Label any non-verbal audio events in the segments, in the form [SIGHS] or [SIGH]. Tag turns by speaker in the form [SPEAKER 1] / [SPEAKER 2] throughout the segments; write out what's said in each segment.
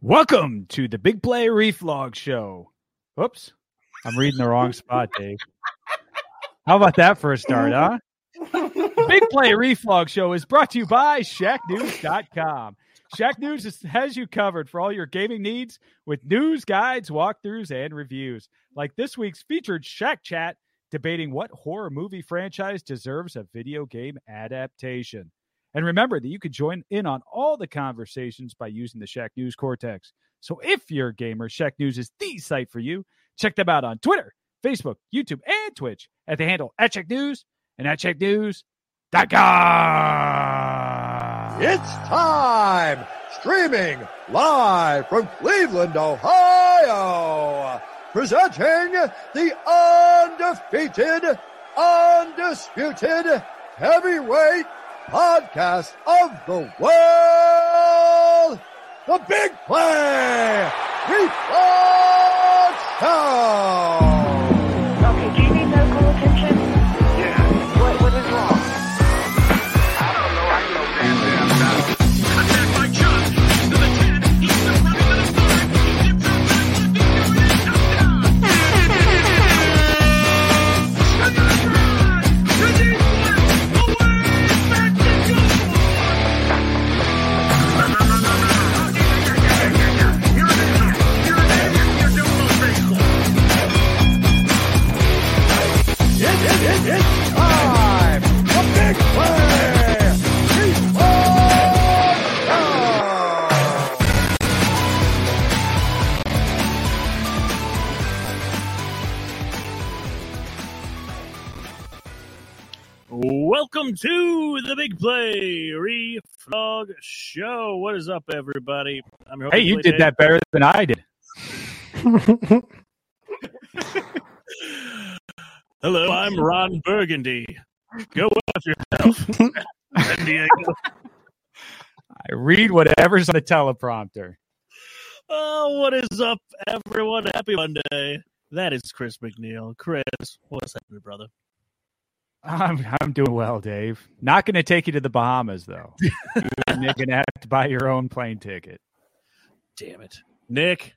[SPEAKER 1] Welcome to the Big Play Reef Log Show. Oops, I'm reading the wrong spot, Dave. How about that for a start, huh? Big Play Reef Log Show is brought to you by ShackNews.com. Shack News is, has you covered for all your gaming needs with news, guides, walkthroughs, and reviews. Like this week's featured Shack Chat debating what horror movie franchise deserves a video game adaptation. And remember that you can join in on all the conversations by using the Shack News Cortex. So if you're a gamer, Shack News is the site for you. Check them out on Twitter, Facebook, YouTube, and Twitch at the handle at Shack News and at ShackNews.com.
[SPEAKER 2] It's time! Streaming live from Cleveland, Ohio! Presenting the undefeated, undisputed heavyweight podcast of the world! The Big Play! Reflog Show!
[SPEAKER 3] Do you need medical attention? Yeah. What, what is wrong?
[SPEAKER 2] It, it, it, it's time! The Big Play! Reflog Show!
[SPEAKER 4] Welcome to the Big Play Reflog Show. What is up, everybody? I'm your host,
[SPEAKER 1] Hey, you
[SPEAKER 4] Billy
[SPEAKER 1] did
[SPEAKER 4] Day.
[SPEAKER 1] that better than I did.
[SPEAKER 4] Hello, I'm Ron Burgundy. Go off yourself.
[SPEAKER 1] [LAUGHS]
[SPEAKER 4] San Diego.
[SPEAKER 1] I read whatever's on the teleprompter. [LAUGHS]
[SPEAKER 4] Oh, what is up, everyone? Happy Monday. That is Chris McNeil. Chris, what's happening, brother?
[SPEAKER 1] I'm I'm doing well, Dave. Not going to take you to the Bahamas though. You're going to have to buy your own plane ticket.
[SPEAKER 4] Damn it, Nick.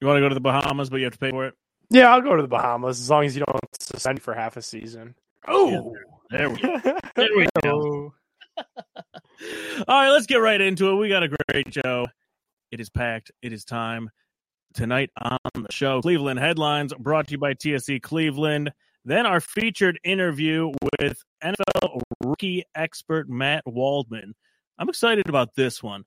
[SPEAKER 4] You want to go to the Bahamas, but you have to pay for it.
[SPEAKER 5] Yeah, I'll go to the Bahamas as long as you don't suspend for half a season.
[SPEAKER 4] Oh, there we
[SPEAKER 5] All
[SPEAKER 4] there we
[SPEAKER 1] Oh,
[SPEAKER 4] go. All right, let's get right into it. We got a great show. It is packed. It is time. Tonight on the show, Cleveland Headlines brought to you by TSC Cleveland. Then our featured interview with NFL rookie expert Matt Waldman. I'm excited about this one.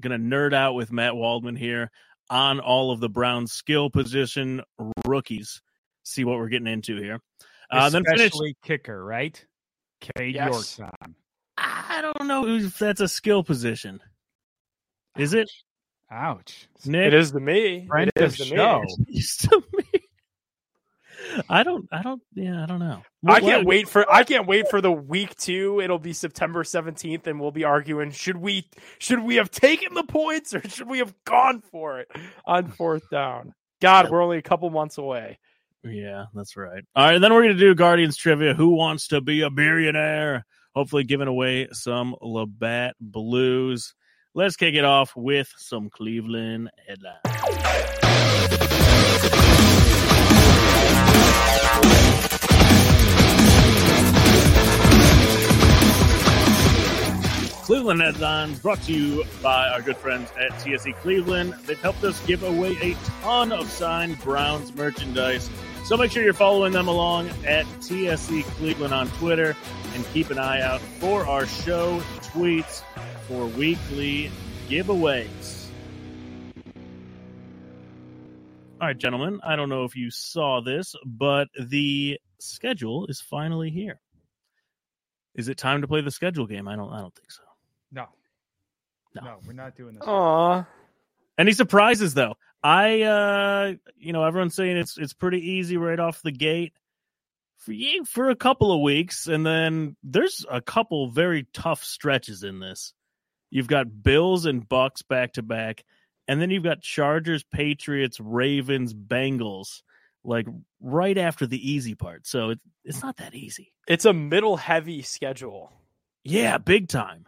[SPEAKER 4] Going to nerd out with Matt Waldman here on all of the Browns skill position rookies. See what we're getting into here. Uh, then finish.
[SPEAKER 1] especially kicker, right? Cade
[SPEAKER 5] Yes.
[SPEAKER 1] York time.
[SPEAKER 4] I don't know if that's a skill position. Is it?
[SPEAKER 1] Ouch.
[SPEAKER 4] Nick?
[SPEAKER 5] It is to me.
[SPEAKER 1] Friend
[SPEAKER 5] it
[SPEAKER 1] of
[SPEAKER 5] is to me.
[SPEAKER 1] show.
[SPEAKER 4] [LAUGHS] used to me. I don't. I don't. Yeah, I don't know.
[SPEAKER 5] I
[SPEAKER 4] What-
[SPEAKER 5] can't
[SPEAKER 4] what-
[SPEAKER 5] wait for I can't wait for the week two. It'll be September seventeenth, and we'll be arguing should we should we have taken the points or should we have gone for it on fourth down? God, we're only a couple months away.
[SPEAKER 4] Yeah, that's right. All right, then we're gonna do Guardians trivia. Who wants to be a billionaire? Hopefully, giving away some Labatt Blues. Let's kick it off with some Cleveland headlines. Cleveland Headlines brought to you by our good friends at TSE Cleveland. They've helped us give away a ton of signed Browns merchandise. So make sure you're following them along at TSE Cleveland on Twitter and keep an eye out for our show tweets for weekly giveaways. All right, gentlemen, I don't know if you saw this, but the schedule is finally here. Is it time to play the schedule game? I don't I don't think so.
[SPEAKER 1] No.
[SPEAKER 4] No.
[SPEAKER 1] we're not doing this.
[SPEAKER 5] Aw.
[SPEAKER 4] Any surprises though? I uh you know, everyone's saying it's it's pretty easy right off the gate for you for a couple of weeks, and then there's a couple very tough stretches in this. You've got Bills and Bucks back to back, and then you've got Chargers, Patriots, Ravens, Bengals, like right after the easy part. So it, it's not that easy.
[SPEAKER 5] It's a middle heavy schedule.
[SPEAKER 4] Yeah, big time.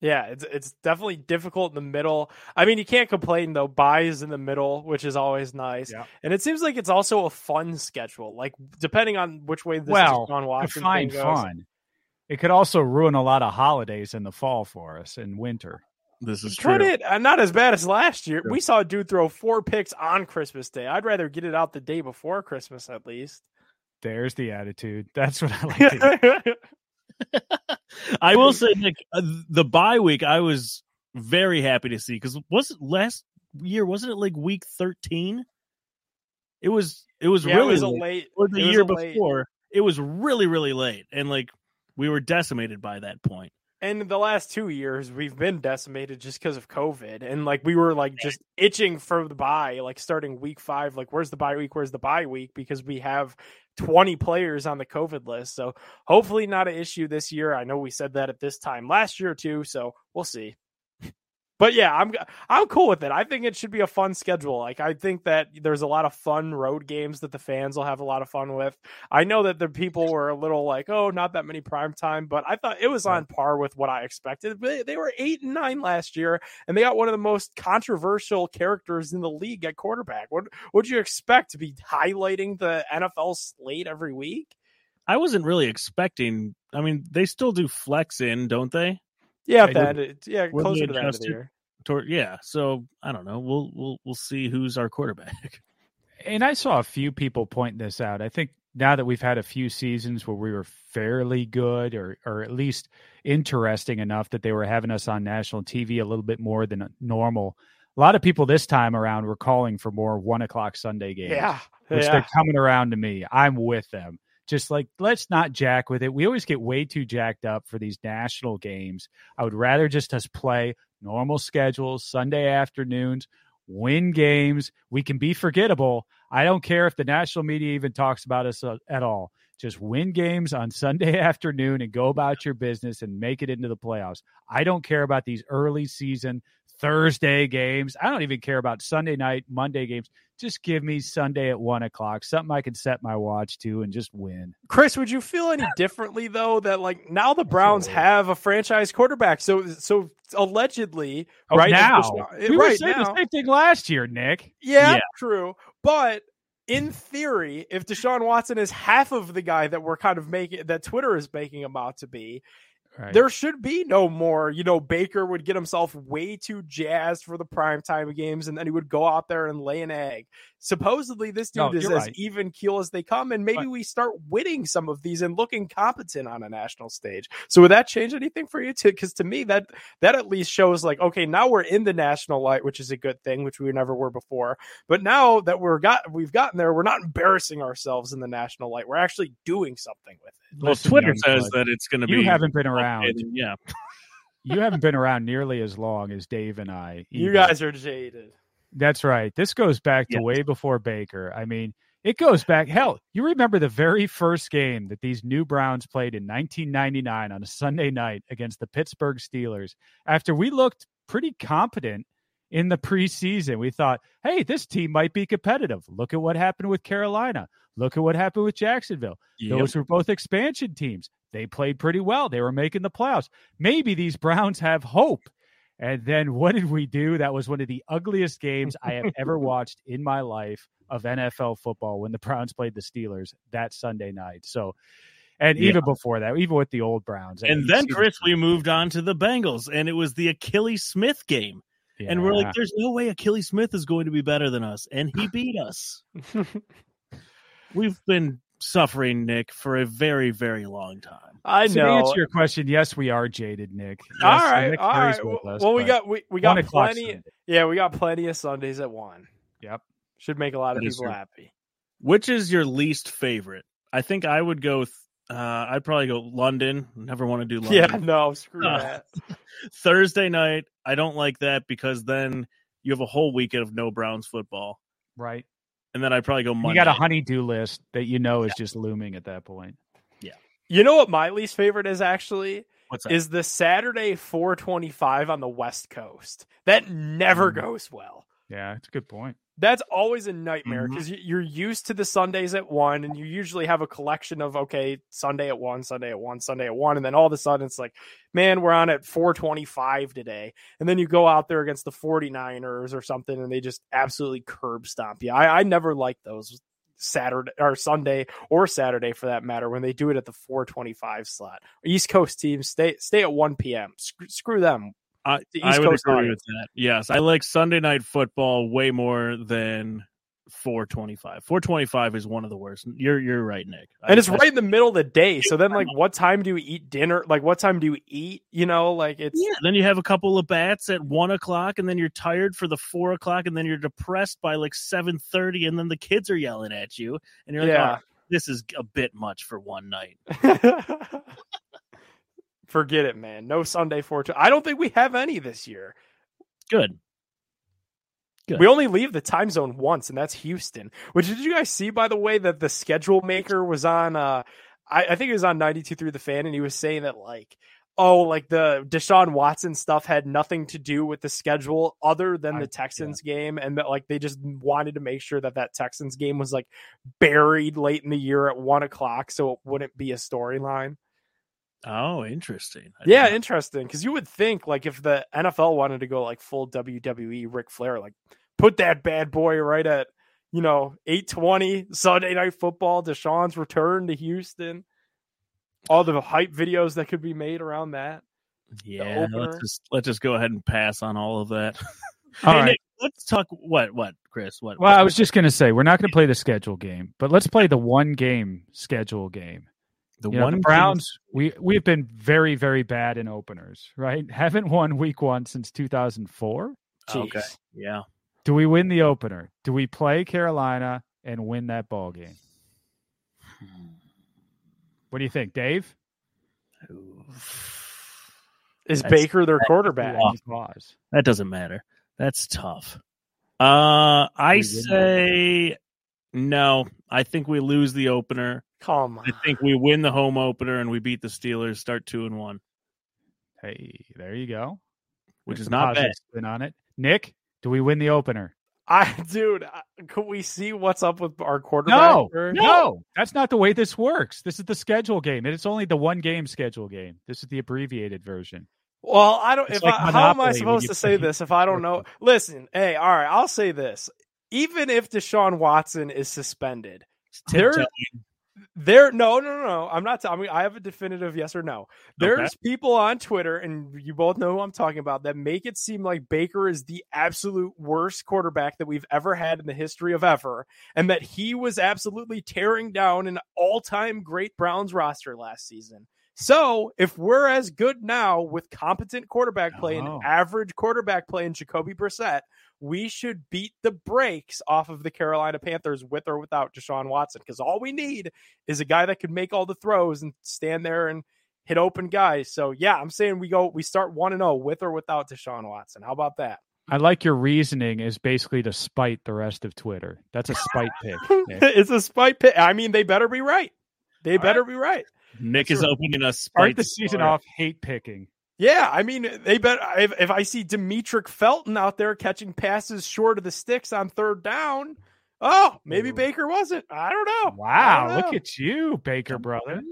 [SPEAKER 5] Yeah, it's it's definitely difficult in the middle. I mean, you can't complain though. Buys in the middle, which is always nice.
[SPEAKER 4] Yeah.
[SPEAKER 5] And it seems like it's also a fun schedule. Like depending on which way this
[SPEAKER 1] Well,
[SPEAKER 5] is John Watson
[SPEAKER 1] Define
[SPEAKER 5] thing goes.
[SPEAKER 1] fun. It could also ruin a lot of holidays in the fall for us in winter.
[SPEAKER 4] This is true.
[SPEAKER 5] Could it? Uh, not as bad as last year.
[SPEAKER 4] True.
[SPEAKER 5] We saw a dude throw four picks on Christmas Day. I'd rather get it out the day before Christmas
[SPEAKER 4] [LAUGHS]
[SPEAKER 5] at least.
[SPEAKER 1] There's the attitude. That's what I like.
[SPEAKER 5] [LAUGHS]
[SPEAKER 1] to hear.
[SPEAKER 5] yeah,
[SPEAKER 4] I will say, Nick, uh, the bye week I was very happy to see because wasn't last year wasn't it like week thirteen? It was. It
[SPEAKER 5] [LAUGHS]
[SPEAKER 4] was
[SPEAKER 5] it
[SPEAKER 4] really
[SPEAKER 5] was a
[SPEAKER 4] late.
[SPEAKER 5] late.
[SPEAKER 4] Or the
[SPEAKER 5] it was
[SPEAKER 4] year
[SPEAKER 5] a late-
[SPEAKER 4] before. It was really really late, and like we were decimated by that point.
[SPEAKER 5] And the last two years, we've been decimated just because of COVID, and like we were like just itching for the bye, like starting week five, like where's the bye week? Where's the bye week? Because we have twenty players on the COVID list, so hopefully not an issue this year. I know we said that at this time last year too, so we'll see. But yeah, I'm I'm cool with it. I think it should be a fun schedule. Like I think that there's a lot of fun road games that the fans will have a lot of fun with. I know that the people were a little like, oh, not that many prime time, but I thought it was on par with what I expected. They, they were eight and nine last year, and they got one of the most controversial characters in the league at quarterback. What would you expect to be highlighting the NFL slate every week?
[SPEAKER 4] I wasn't really expecting. I mean, they still do flex in, don't they?
[SPEAKER 5] Yeah,
[SPEAKER 4] I
[SPEAKER 5] that it- yeah,
[SPEAKER 4] wouldn't
[SPEAKER 5] closer
[SPEAKER 4] it
[SPEAKER 5] to the end of
[SPEAKER 4] adjust
[SPEAKER 5] the
[SPEAKER 4] it?
[SPEAKER 5] year.
[SPEAKER 4] Tor- yeah. So I don't know. We'll we'll we'll see who's our quarterback.
[SPEAKER 1] And I saw a few people point this out. I think now that we've had a few seasons where we were fairly good or or at least interesting enough that they were having us on national TV a little bit more than normal. A lot of people this time around were calling for more one o'clock Sunday games.
[SPEAKER 5] Yeah,
[SPEAKER 1] which
[SPEAKER 5] yeah.
[SPEAKER 1] they're coming around to me. I'm with them. Just like let's not jack with it. We always get way too jacked up for these national games. I would rather just us play normal schedules, Sunday afternoons, win games. We can be forgettable. I don't care if the national media even talks about us uh, at all. Just win games on [LAUGHS] Sunday afternoon and go about your business and make it into the playoffs. I don't care about these early season Thursday games. I don't even care about Sunday night, Monday games just give me Sunday at one o'clock, something I can set my watch to and just win.
[SPEAKER 5] Chris, would you
[SPEAKER 1] [LAUGHS]
[SPEAKER 5] feel any differently though that like now the Browns have a franchise quarterback? So so allegedly, right
[SPEAKER 1] Oh,
[SPEAKER 5] is
[SPEAKER 1] now,
[SPEAKER 5] Deshaun-
[SPEAKER 1] we were
[SPEAKER 5] Eh, right
[SPEAKER 1] saying
[SPEAKER 5] now.
[SPEAKER 1] the same thing last year, Nick.
[SPEAKER 5] Yeah,
[SPEAKER 4] Yeah.
[SPEAKER 5] true. But in theory, if Deshaun Watson is half of the guy that we're kind of making that Twitter is making him out to be, there should be no more. You know, Baker would get himself way too jazzed for the primetime games, and then he would go out there and lay an egg. Supposedly, this dude
[SPEAKER 1] No,
[SPEAKER 5] is as
[SPEAKER 1] you're right.
[SPEAKER 5] even keel as they come, and maybe
[SPEAKER 1] Right.
[SPEAKER 5] we start winning some of these and looking competent on a national stage. So, would that change anything for you? too? Because to me, that that at least shows like, okay, now we're in the national light, which is a good thing, which we never were before. But now that we're got we've gotten there, we're not embarrassing ourselves in the national light. We're actually doing something with
[SPEAKER 4] [LAUGHS]
[SPEAKER 5] it.
[SPEAKER 4] well,
[SPEAKER 1] Listen,
[SPEAKER 4] Twitter
[SPEAKER 1] young
[SPEAKER 4] says
[SPEAKER 1] blood,
[SPEAKER 4] that it's going to be.
[SPEAKER 1] you haven't been around.
[SPEAKER 4] updated, Yeah.
[SPEAKER 1] you haven't been around nearly as long as Dave and I.
[SPEAKER 5] You
[SPEAKER 1] either.
[SPEAKER 5] guys are jaded.
[SPEAKER 1] That's right. This goes back to
[SPEAKER 4] Yes.
[SPEAKER 1] way before Baker. I mean, it goes back. Hell, you remember the very first game that these new Browns played in 1999 on a Sunday night against the Pittsburgh Steelers. After we looked pretty competent in the preseason, we thought, hey, this team might be competitive. Look at what happened with Carolina. Look at what happened with Jacksonville.
[SPEAKER 4] Yep.
[SPEAKER 1] Those were both expansion teams. They played pretty well. They were making the playoffs. Maybe these Browns have hope. And then what did we do? That was one of the ugliest games I
[SPEAKER 5] [LAUGHS]
[SPEAKER 1] have ever watched in my life of NFL football when the Browns played the Steelers that Sunday night. So, and
[SPEAKER 4] Yeah.
[SPEAKER 1] even before that, even with the old Browns. I mean,
[SPEAKER 4] And then
[SPEAKER 1] see-
[SPEAKER 4] Chris, we moved on to the Bengals, and it was the Achilles Smith game, and we're
[SPEAKER 1] Yeah.
[SPEAKER 4] like, "There's no way Achilles Smith is going to be better than us," and he beat us. We've been suffering, Nick, for a very, very long time.
[SPEAKER 5] I
[SPEAKER 1] So
[SPEAKER 5] know.
[SPEAKER 1] to answer your question, yes, we are jaded, Nick. Yes,
[SPEAKER 5] all right,
[SPEAKER 1] Nick
[SPEAKER 5] all
[SPEAKER 1] Curry's
[SPEAKER 5] right.
[SPEAKER 1] with
[SPEAKER 5] Well,
[SPEAKER 1] us,
[SPEAKER 5] well, we
[SPEAKER 1] but
[SPEAKER 5] got we, we got
[SPEAKER 1] one o'clock
[SPEAKER 5] plenty.
[SPEAKER 1] Sunday.
[SPEAKER 5] Yeah, we got plenty of Sundays at one.
[SPEAKER 1] Yep.
[SPEAKER 5] Should make a lot of
[SPEAKER 4] That is
[SPEAKER 5] people
[SPEAKER 4] true.
[SPEAKER 5] happy.
[SPEAKER 4] Which is your least favorite? I think I would go. Th- uh, I'd probably go London. Never want to do London.
[SPEAKER 5] Yeah, no, screw
[SPEAKER 4] Uh,
[SPEAKER 5] that.
[SPEAKER 4] Thursday night, I don't like that because then you have a whole weekend of no Browns football,
[SPEAKER 1] right.
[SPEAKER 4] and then I would probably go Monday.
[SPEAKER 1] You got a honeydew list that you know is just looming at that point.
[SPEAKER 5] You know what my least favorite is actually
[SPEAKER 4] What's that?
[SPEAKER 5] is the Saturday 425 on the West Coast. That never
[SPEAKER 1] Mm.
[SPEAKER 5] goes well.
[SPEAKER 1] Yeah, it's a good point.
[SPEAKER 5] That's always a nightmare
[SPEAKER 1] Mhm.
[SPEAKER 5] because you're used to the Sundays at one, and you usually have a collection of okay, Sunday at one, Sunday at one, Sunday at one, and then all of a sudden it's like, man, we're on at four twenty-five today, and then you go out there against the 49ers or something, and they just absolutely curb stomp you. I, I never like those Saturday or Sunday or Saturday for that matter when they do it at the four twenty-five slot. East Coast teams stay stay at one p.m. Screw, screw them.
[SPEAKER 4] I,
[SPEAKER 5] The East
[SPEAKER 4] I would
[SPEAKER 5] Coast
[SPEAKER 4] agree
[SPEAKER 5] audience.
[SPEAKER 4] with that. Yes, I like Sunday night football way more than 425. 425 is one of the worst. You're you're right, Nick. I-
[SPEAKER 5] and it's
[SPEAKER 4] I-
[SPEAKER 5] right in the middle of the day. So then, like, what time do you eat dinner? Like, what time do you eat? You know, like it's
[SPEAKER 4] Yeah. Then you have a couple of bats at one o'clock, and then you're tired for the four o'clock, and then you're depressed by like seven thirty, and then the kids are yelling at you, and you're like,
[SPEAKER 5] Yeah.
[SPEAKER 4] "Oh, this is a bit much for one night.
[SPEAKER 5] [LAUGHS] Forget it, man. No Sunday fortune. I don't think we have any this year.
[SPEAKER 4] Good. Good.
[SPEAKER 5] We only leave the time zone once, and that's Houston. Which did you guys see, by the way, that the schedule maker was on? uh I, I think it was on 92 through the fan, and he was saying that like, oh, like the Deshaun Watson stuff had nothing to do with the schedule other than
[SPEAKER 1] I-
[SPEAKER 5] the Texans game, and that like they just wanted to make sure that that Texans game was like buried late in the year at one o'clock, so it wouldn't be a storyline.
[SPEAKER 4] Oh, interesting. I
[SPEAKER 5] Yeah,
[SPEAKER 4] didn't-
[SPEAKER 5] interesting. Because you would think, like, if the NFL wanted to go like full WWE Ric Flair, like put that bad boy right at you know eight twenty Sunday Night Football, Deshaun's return to Houston, all the hype videos that could be made around that.
[SPEAKER 4] yeah. Let's
[SPEAKER 5] opener.
[SPEAKER 4] just let's just go ahead and pass on all of that. [LAUGHS]
[SPEAKER 1] All
[SPEAKER 4] Hey,
[SPEAKER 1] right.
[SPEAKER 4] Nick, let's talk. What? What? Chris? What?
[SPEAKER 1] Well, I was just going to say we're not going to play the schedule game, but let's play the one game schedule game.
[SPEAKER 4] the
[SPEAKER 1] You know, the Browns, we we have been very very bad in openers, right? [LAUGHS] Haven't won week 1 since 2004.
[SPEAKER 4] Okay.
[SPEAKER 5] Jeez.
[SPEAKER 4] Yeah.
[SPEAKER 1] Do we win the opener? Do we play Carolina and win that ball game? What do you think, Dave?
[SPEAKER 5] Is
[SPEAKER 4] That's-
[SPEAKER 5] Baker their quarterback?
[SPEAKER 4] Yeah.
[SPEAKER 1] Any pause?
[SPEAKER 4] That doesn't matter. That's tough. Uh, I
[SPEAKER 1] We did
[SPEAKER 4] say no. I think we lose the opener.
[SPEAKER 5] Come
[SPEAKER 4] I
[SPEAKER 5] on.
[SPEAKER 4] think we win the home opener and we beat the Steelers. Start two and one,
[SPEAKER 1] Hey, there you go.
[SPEAKER 4] which
[SPEAKER 1] That's
[SPEAKER 4] is
[SPEAKER 1] a
[SPEAKER 4] not
[SPEAKER 1] positive
[SPEAKER 4] bad.
[SPEAKER 1] Spin on it, Nick. Do we win the opener?
[SPEAKER 5] I [LAUGHS] dude, I- could we see what's up with our quarterback?
[SPEAKER 1] No,
[SPEAKER 5] or-
[SPEAKER 1] no, that's not the way this works. This is the schedule game, and it's only the one game schedule game. This is the abbreviated version.
[SPEAKER 5] Well, I don't.
[SPEAKER 1] It's
[SPEAKER 5] If
[SPEAKER 1] like
[SPEAKER 5] I, how am
[SPEAKER 1] Monopoly
[SPEAKER 5] I
[SPEAKER 1] when
[SPEAKER 5] supposed
[SPEAKER 1] you
[SPEAKER 5] to say
[SPEAKER 1] play
[SPEAKER 5] this if I don't know? Listen, hey, all right, I'll say this. Even if Deshaun Watson is suspended,
[SPEAKER 4] Tim
[SPEAKER 5] there,
[SPEAKER 4] Tebow-
[SPEAKER 5] there, no, no, no, no. I'm not. T- I mean, I have a definitive yes or no. There's people on Twitter, and you both know who I'm talking about, that make it seem like Baker is the absolute worst quarterback that we've ever had in the history of ever, and that he was absolutely tearing down an all-time great Browns roster last season. So, if we're as good now with competent quarterback play
[SPEAKER 1] Oh.
[SPEAKER 5] and average quarterback play in Jacoby Brissett, we should beat the brakes off of the Carolina Panthers with or without Deshaun Watson because all we need is a guy that can make all the throws and stand there and hit open guys. So yeah, I'm saying we go we start one and zero with or without Deshaun Watson. How
[SPEAKER 1] [LAUGHS]
[SPEAKER 5] about that?
[SPEAKER 1] I like your reasoning is basically to spite the rest of Twitter. That's a
[SPEAKER 5] [LAUGHS]
[SPEAKER 1] spite pick. Nick.
[SPEAKER 5] it's a spite pit. I mean, they better be right. They
[SPEAKER 1] All
[SPEAKER 5] better be right.
[SPEAKER 4] Nick
[SPEAKER 5] That's
[SPEAKER 4] is
[SPEAKER 5] right.
[SPEAKER 4] opening us.
[SPEAKER 1] Start the season off hate picking.
[SPEAKER 5] Yeah, I mean, they better. If, if I see Demetric Felton out there catching passes short of the sticks on third down, oh, maybe
[SPEAKER 1] Ooh.
[SPEAKER 5] Baker wasn't. Oh, I don't know. I
[SPEAKER 1] Wow,
[SPEAKER 5] don't
[SPEAKER 1] look
[SPEAKER 5] know.
[SPEAKER 1] at you, Baker brother.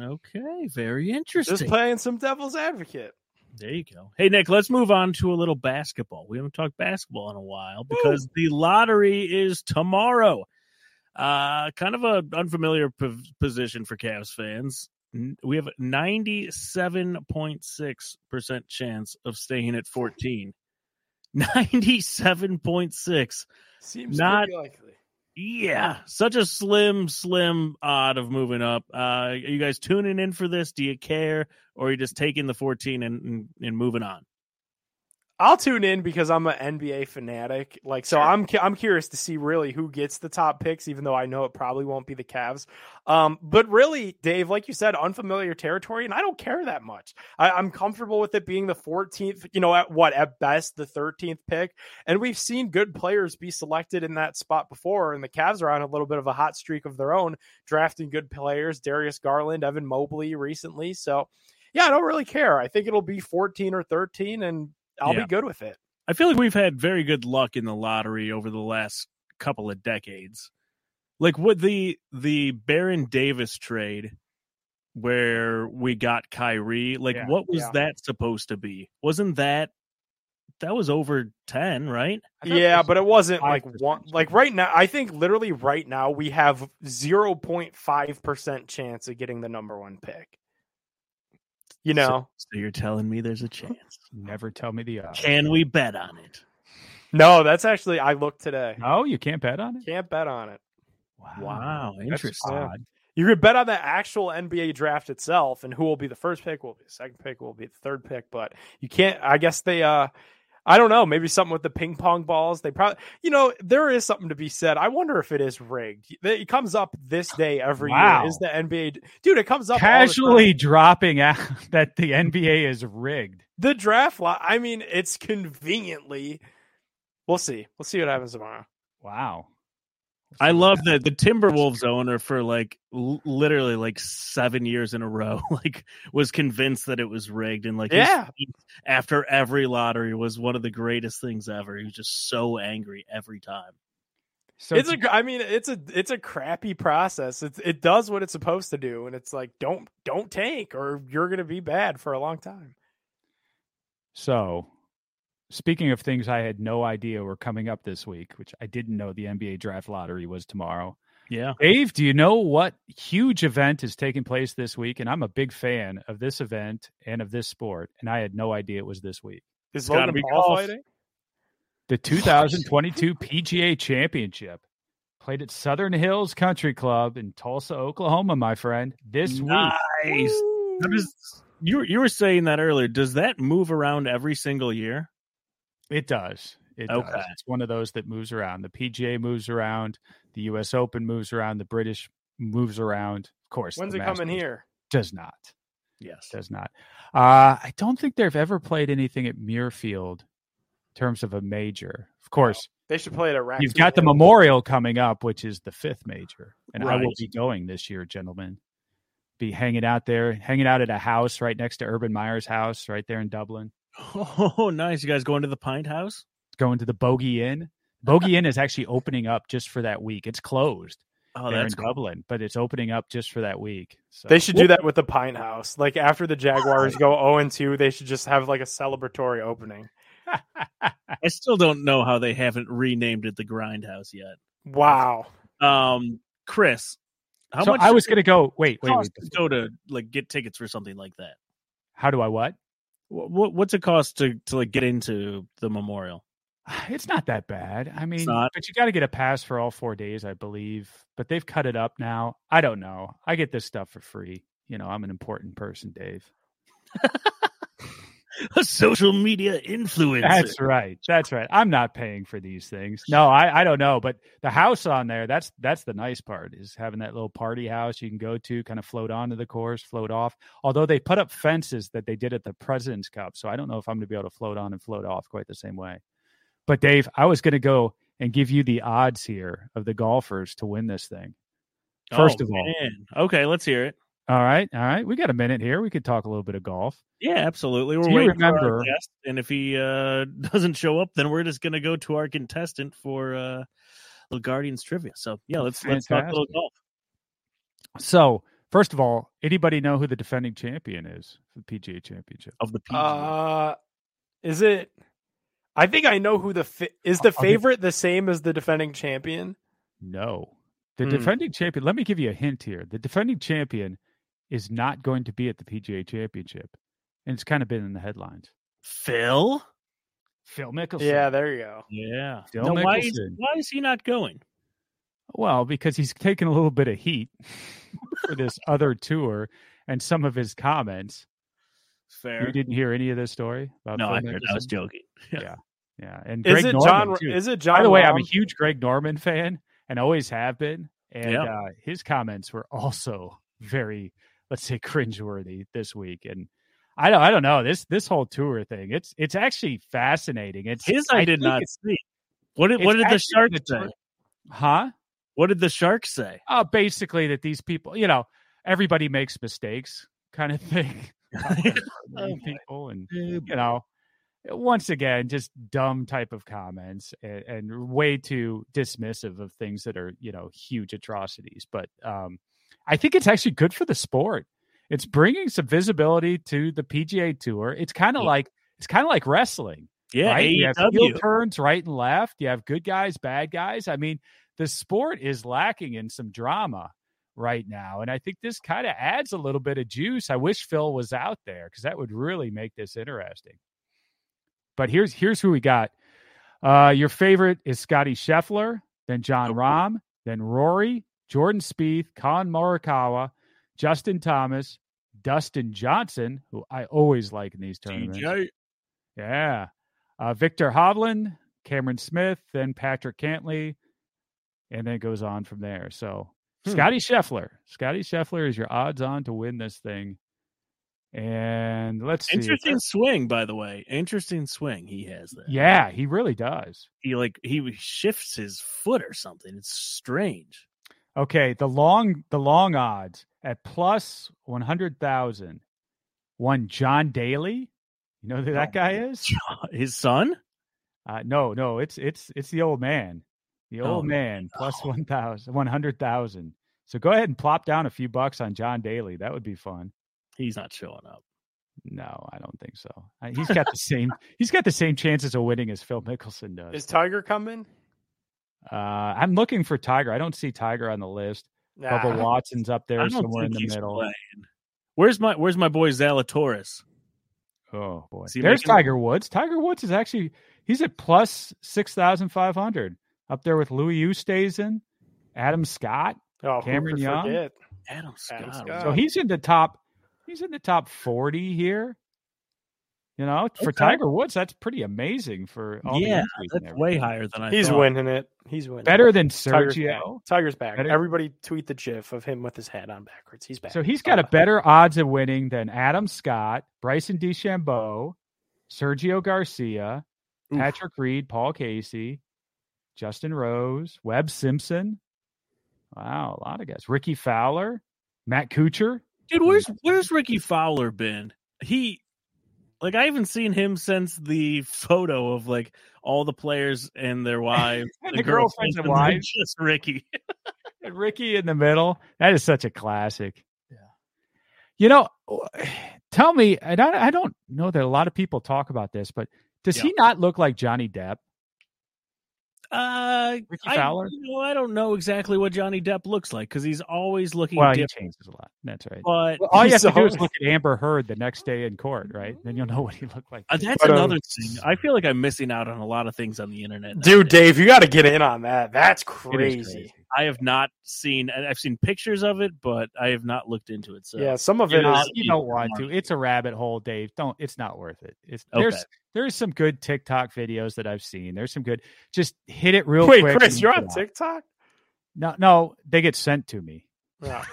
[SPEAKER 4] Okay, very
[SPEAKER 5] just
[SPEAKER 4] interesting.
[SPEAKER 5] playing some devil's advocate.
[SPEAKER 4] There you go. Hey, Nick, let's move on to a little basketball. We haven't talked basketball in a while because the lottery is tomorrow. Uh, kind of a unfamiliar p- position for Cavs fans. N- We have a 97.6% chance of staying at [LAUGHS] 14. 97.6.
[SPEAKER 5] Seems
[SPEAKER 4] Not-
[SPEAKER 5] pretty likely.
[SPEAKER 4] Yeah, such a slim, slim odd of moving up. Uh, are you guys tuning in for this? Do you care? Or are you just taking the 14 and, and, and moving on?
[SPEAKER 5] I'll tune in because I'm an NBA fanatic. Like, so
[SPEAKER 4] Sure.
[SPEAKER 5] I'm cu- I'm curious to see really who gets the top picks, even though I know it probably won't be the Cavs. Um, but really, Dave, like you said, unfamiliar territory, and I don't care that much. I, I'm comfortable with it being the 14th. You know, at what at best the 13th pick, and we've seen good players be selected in that spot before. And the Cavs are on a little bit of a hot streak of their own, drafting good players, Darius Garland, Evan Mobley recently. So. Yeah, I don't really care. I think it'll be 14 or 13, and I'll
[SPEAKER 4] Yeah.
[SPEAKER 5] be good with it.
[SPEAKER 4] I feel like we've had very good luck in the lottery over the last couple of decades. Like with the the Baron Davis trade where we got Kyrie, like
[SPEAKER 5] Yeah,
[SPEAKER 4] what was
[SPEAKER 5] yeah.
[SPEAKER 4] that supposed to be? Wasn't that that was over 10, right?
[SPEAKER 1] I thought
[SPEAKER 5] Yeah,
[SPEAKER 1] this-
[SPEAKER 5] but it wasn't like
[SPEAKER 1] 5%.
[SPEAKER 5] one. Like right now, I think literally right now we have zero point five percent chance of getting the number one pick. You know,
[SPEAKER 4] So you're telling me there's a chance.
[SPEAKER 1] never tell me the odds.
[SPEAKER 4] Can we bet on it?
[SPEAKER 5] no, that's actually I looked today.
[SPEAKER 1] No, you can't bet on it.
[SPEAKER 5] Can't bet on it.
[SPEAKER 4] Wow,
[SPEAKER 1] That's
[SPEAKER 4] interesting.
[SPEAKER 1] odd.
[SPEAKER 5] You could bet on the actual NBA draft itself and who will be the first pick, will be the second pick, will be the third pick, but you can't I guess they uh I don't know, maybe something with the ping pong balls. They probably you know, there is something to be said. I wonder if it is rigged. It comes up this day every
[SPEAKER 1] Wow.
[SPEAKER 5] year. Is the NBA dude, it comes up all the time.
[SPEAKER 1] Casually dropping out [LAUGHS] that the NBA is rigged.
[SPEAKER 5] the draft lot. I mean, it's conveniently we'll see. We'll see what happens tomorrow.
[SPEAKER 1] Wow.
[SPEAKER 4] I love that the Timberwolves owner for like l- literally like seven years in a row, [LAUGHS] like was convinced that it was rigged, and like his
[SPEAKER 5] Yeah.
[SPEAKER 4] tweet after every lottery was one of the greatest things ever. He was just so angry every time.
[SPEAKER 1] So
[SPEAKER 5] it's a gr- i mean it's a it's a crappy process it's, it does what it's supposed to do and it's like don't don't tank or you're gonna be bad for a long time
[SPEAKER 1] So, speaking of things I had no idea were coming up this week, which I didn't know the NBA draft lottery was tomorrow.
[SPEAKER 4] Yeah,
[SPEAKER 1] Dave, do you know what huge event is taking place this week? And I'm a big fan of this event and of this sport, and I had no idea it was this week.
[SPEAKER 5] is
[SPEAKER 4] gotta
[SPEAKER 5] Logan
[SPEAKER 4] be
[SPEAKER 5] Paul
[SPEAKER 4] golf.
[SPEAKER 5] fighting
[SPEAKER 1] The 2022 PGA Championship played at Southern Hills Country Club in Tulsa, Oklahoma, my friend, this week.
[SPEAKER 4] nice. How does- you were- you were saying that earlier. Does that move around every single year?
[SPEAKER 1] It does. It
[SPEAKER 4] Okay.
[SPEAKER 1] does. It's one of those that moves around. The PGA moves around. The U.S. Open moves around. The British moves around. Of course.
[SPEAKER 5] when's
[SPEAKER 1] the
[SPEAKER 5] it coming
[SPEAKER 1] Masters
[SPEAKER 5] here
[SPEAKER 1] Does not.
[SPEAKER 4] Yes.
[SPEAKER 1] Does not. Uh, I don't think they've ever played anything at Muirfield in terms of a major. Of course,
[SPEAKER 5] they should play it at
[SPEAKER 1] you've got the Memorial coming up, which is the fifth major, and I will
[SPEAKER 4] Right.
[SPEAKER 1] be going this year, gentlemen. Be hanging out there, hanging out at a house right next to Urban Meyer's house, right there in Dublin.
[SPEAKER 4] Oh, [LAUGHS] nice. You guys going to the Pint House?
[SPEAKER 1] going to the Bogey Inn. Bogey Inn is actually opening up just for that week. It's closed
[SPEAKER 4] Oh,
[SPEAKER 1] there in
[SPEAKER 4] that's cool.
[SPEAKER 1] Dublin, but it's opening up just for that week. So
[SPEAKER 5] they should do that with the pine house like after the jaguars go 0 and 2 they should just have like a celebratory opening
[SPEAKER 4] I still don't know how they haven't renamed it the Grindhouse yet.
[SPEAKER 5] wow
[SPEAKER 4] Um, Chris, how
[SPEAKER 1] so
[SPEAKER 4] much?
[SPEAKER 1] I
[SPEAKER 4] does
[SPEAKER 1] was
[SPEAKER 4] it
[SPEAKER 1] going to go. Wait, wait, wait.
[SPEAKER 4] cost to go to like get tickets for something like that?
[SPEAKER 1] How do I what? [SIGHS]
[SPEAKER 4] What what's it cost to to like get into the memorial?
[SPEAKER 1] It's not that bad. I mean,
[SPEAKER 4] not.
[SPEAKER 1] but you got to get a pass for all four days, I believe. But they've cut it up now. I don't know. I get this stuff for free. You know, I'm an important person, Dave.
[SPEAKER 4] [LAUGHS] A social media influencer.
[SPEAKER 1] That's right. That's right. I'm not paying for these things. No, I, I don't know. But the house on there, that's that's the nice part is having that little party house you can go to, kind of float onto the course, float off. Although they put up fences that they did at the President's Cup. So I don't know if I'm gonna be able to float on and float off quite the same way. But Dave, I was gonna go and give you the odds here of the golfers to win this thing. First
[SPEAKER 4] Oh,
[SPEAKER 1] of all.
[SPEAKER 4] man. okay, let's hear it.
[SPEAKER 1] All right, all right. We got a minute here. We could talk a little bit of golf.
[SPEAKER 4] Yeah, absolutely. We're
[SPEAKER 1] Do you
[SPEAKER 4] waiting for our
[SPEAKER 1] remember-
[SPEAKER 4] guest, and if he uh, [LAUGHS] doesn't show up, then we're just gonna go to our contestant for uh, little Guardians trivia. So yeah, let's let's talk a little
[SPEAKER 1] Fantastic.
[SPEAKER 4] golf.
[SPEAKER 1] So First of all, anybody know who the defending champion is for the PGA Championship?
[SPEAKER 4] of the PGA.
[SPEAKER 5] uh is it i think i know who the fa- is the
[SPEAKER 1] Okay.
[SPEAKER 5] favorite the same as the defending champion
[SPEAKER 1] No. The
[SPEAKER 5] Hmm.
[SPEAKER 1] defending champion, let me give you a hint here. The defending champion is not going to be at the PGA championship. And it's kind of been in the headlines.
[SPEAKER 4] Phil.
[SPEAKER 1] Phil Mickelson.
[SPEAKER 5] yeah there you go
[SPEAKER 4] Yeah.
[SPEAKER 1] Phil
[SPEAKER 4] Now, why is
[SPEAKER 1] Mickelson.
[SPEAKER 4] why is he not going?
[SPEAKER 1] Well, because he's taken a little bit of heat [LAUGHS] for this other tour and some of his comments.
[SPEAKER 4] Fair.
[SPEAKER 1] You didn't hear any of this story about
[SPEAKER 4] No,
[SPEAKER 1] Phil
[SPEAKER 4] I, heard, I was
[SPEAKER 1] Mickelson?
[SPEAKER 4] joking.
[SPEAKER 1] Yeah. And
[SPEAKER 5] is
[SPEAKER 1] Greg
[SPEAKER 5] it
[SPEAKER 1] Norman,
[SPEAKER 5] john
[SPEAKER 1] too.
[SPEAKER 5] is it john
[SPEAKER 1] By the way, I'm a
[SPEAKER 5] Rahm?
[SPEAKER 1] huge Greg Norman fan and always have been. And
[SPEAKER 4] Yeah.
[SPEAKER 1] uh, his comments were also very, let's say, cringeworthy this week. And I don't, I don't know this this whole tour thing. It's it's actually fascinating. It's
[SPEAKER 4] His I, did
[SPEAKER 1] think
[SPEAKER 4] not
[SPEAKER 1] it's-
[SPEAKER 4] see. What did what
[SPEAKER 1] it's
[SPEAKER 4] did the
[SPEAKER 1] actually
[SPEAKER 4] shark
[SPEAKER 1] the
[SPEAKER 4] say?
[SPEAKER 1] tour- Huh?
[SPEAKER 4] What did the shark say?
[SPEAKER 1] Uh, basically, that these people, you know, everybody [LAUGHS] makes mistakes, kind of thing. People and you Oh, know, uh, once again, just dumb type of comments and, and way too dismissive of things that are, you know, huge atrocities. But um, I think it's actually good for the sport. It's bringing some visibility to the PGA Tour. It's kind of
[SPEAKER 4] Yeah.
[SPEAKER 1] like it's kind of like wrestling.
[SPEAKER 4] [LAUGHS] Yeah, E
[SPEAKER 1] right? You have heel
[SPEAKER 4] AEW.
[SPEAKER 1] turns right and left. You have good guys, bad guys. I mean, the sport is lacking in some drama right now, and I think this kind of adds a little bit of juice. I wish Phil was out there because that would really make this interesting. But here's here's who we got. Uh, your favorite is Scotty Scheffler, then John Rahm, then Rory, Jordan Spieth, Colin Morikawa, Justin Thomas, Dustin Johnson, who I always like in these tournaments.
[SPEAKER 4] TJ.
[SPEAKER 1] Yeah. Uh, Victor Hovland, Cameron Smith, then Patrick Cantley, and then it goes on from there. So
[SPEAKER 4] Hmm.
[SPEAKER 1] Scotty Scheffler. Scotty Scheffler is your odds on to win this thing. And let's see.
[SPEAKER 4] Interesting swing, by the way. Interesting swing he has there.
[SPEAKER 1] Yeah, he really does.
[SPEAKER 4] He like he shifts his foot or something. It's strange.
[SPEAKER 1] Okay, the long the long odds at plus one hundred thousand. One John Daly. You know who
[SPEAKER 4] Oh,
[SPEAKER 1] that guy is?
[SPEAKER 4] His son?
[SPEAKER 1] Uh, no, no, it's it's it's the old man, the
[SPEAKER 4] Oh,
[SPEAKER 1] old
[SPEAKER 4] no.
[SPEAKER 1] man plus one thousand, one hundred thousand. So go ahead and plop down a few bucks on John Daly. That would be fun.
[SPEAKER 4] He's not showing up.
[SPEAKER 1] No, I don't think so. Uh, He's got the same.
[SPEAKER 4] [LAUGHS]
[SPEAKER 1] He's got the same chances of winning as Phil Mickelson does.
[SPEAKER 5] Is Tiger coming?
[SPEAKER 1] Uh, I'm looking for Tiger. I don't see Tiger on the list. Bubba
[SPEAKER 5] Nah.
[SPEAKER 1] Watson's up there
[SPEAKER 4] Ah, I don't
[SPEAKER 1] somewhere in
[SPEAKER 4] think
[SPEAKER 1] the
[SPEAKER 4] he's
[SPEAKER 1] middle.
[SPEAKER 4] playing. Where's my where's my boy Zalatoris?
[SPEAKER 1] Oh boy,
[SPEAKER 4] Is he
[SPEAKER 1] there's
[SPEAKER 4] making-
[SPEAKER 1] Tiger Woods. Tiger Woods is actually he's at plus six thousand five hundred up there with Louis Oosthuizen, Adam Scott.
[SPEAKER 5] Oh, who
[SPEAKER 1] Cameron
[SPEAKER 5] could
[SPEAKER 1] Young?
[SPEAKER 5] forget?
[SPEAKER 4] Adam Scott.
[SPEAKER 5] Adam
[SPEAKER 4] was-
[SPEAKER 5] Scott.
[SPEAKER 1] So he's in the top. He's in the top forty here. You know, for
[SPEAKER 4] Okay.
[SPEAKER 1] Tiger Woods, that's pretty amazing. For all the
[SPEAKER 4] Yeah,
[SPEAKER 1] injuries and
[SPEAKER 4] That's way
[SPEAKER 1] everything.
[SPEAKER 4] higher than I
[SPEAKER 5] He's
[SPEAKER 4] thought.
[SPEAKER 5] winning it. He's winning.
[SPEAKER 1] Better than
[SPEAKER 5] Tiger's back.
[SPEAKER 1] Sergio.
[SPEAKER 5] Tiger's back.
[SPEAKER 1] Better-
[SPEAKER 5] Everybody tweet the gif of him with his hat on backwards. He's back. Uh,
[SPEAKER 1] So he's
[SPEAKER 4] Uh-huh.
[SPEAKER 1] got a better odds of winning than Adam Scott, Bryson DeChambeau, Sergio Garcia,
[SPEAKER 4] Oof.
[SPEAKER 1] Patrick Reed, Paul Casey, Justin Rose, Webb Simpson. Wow, a lot of guys. Ricky Fowler, Matt Kuchar.
[SPEAKER 4] Dude, where's where's Ricky Fowler been? He like I haven't seen him since the photo of like all the players and their wives,
[SPEAKER 1] And
[SPEAKER 4] the,
[SPEAKER 1] the girlfriends
[SPEAKER 4] girlfriends,
[SPEAKER 1] and
[SPEAKER 4] and then
[SPEAKER 1] wives.
[SPEAKER 4] [LAUGHS] Just Ricky.
[SPEAKER 1] And Ricky in the middle. That is such a classic. Yeah. You know, [SIGHS] tell me, and I, I don't know that a lot of people talk about this, but does
[SPEAKER 4] Yeah.
[SPEAKER 1] he not look like Johnny Depp?
[SPEAKER 4] Uh,
[SPEAKER 1] Ricky
[SPEAKER 4] I,
[SPEAKER 1] Fowler?
[SPEAKER 4] you know, I don't know exactly what Johnny Depp looks like because he's always looking
[SPEAKER 1] Well, he
[SPEAKER 4] different.
[SPEAKER 1] changes a lot. That's right.
[SPEAKER 4] But
[SPEAKER 5] Well,
[SPEAKER 1] All you have
[SPEAKER 5] he's
[SPEAKER 1] to do
[SPEAKER 5] so-
[SPEAKER 1] is look at Amber Heard the next day in court, right? Then you'll know what he looked
[SPEAKER 5] [LAUGHS]
[SPEAKER 1] like.
[SPEAKER 4] uh, that's
[SPEAKER 5] But, um,
[SPEAKER 4] another thing. I feel like I'm missing out on a lot of things on the internet,
[SPEAKER 5] Dude,
[SPEAKER 4] nowadays.
[SPEAKER 5] Dave, you got to get in on that. That's
[SPEAKER 1] It is
[SPEAKER 5] crazy.
[SPEAKER 4] I have not seen. I- I've seen pictures of it, but I have not looked into it. So
[SPEAKER 5] Yeah, some of
[SPEAKER 4] You
[SPEAKER 5] it is.
[SPEAKER 4] know,
[SPEAKER 1] No, you don't want to. It's a rabbit hole, Dave. Don't. It's not worth it. It's
[SPEAKER 4] Okay.
[SPEAKER 1] there's there's some good TikTok videos that I've seen. There's some good. Just hit it real
[SPEAKER 5] Wait,
[SPEAKER 1] quick.
[SPEAKER 5] Chris,
[SPEAKER 1] and
[SPEAKER 5] you're
[SPEAKER 1] get
[SPEAKER 5] on
[SPEAKER 1] out. [LAUGHS]
[SPEAKER 5] TikTok?
[SPEAKER 1] No, no, they get sent to me.
[SPEAKER 5] Yeah.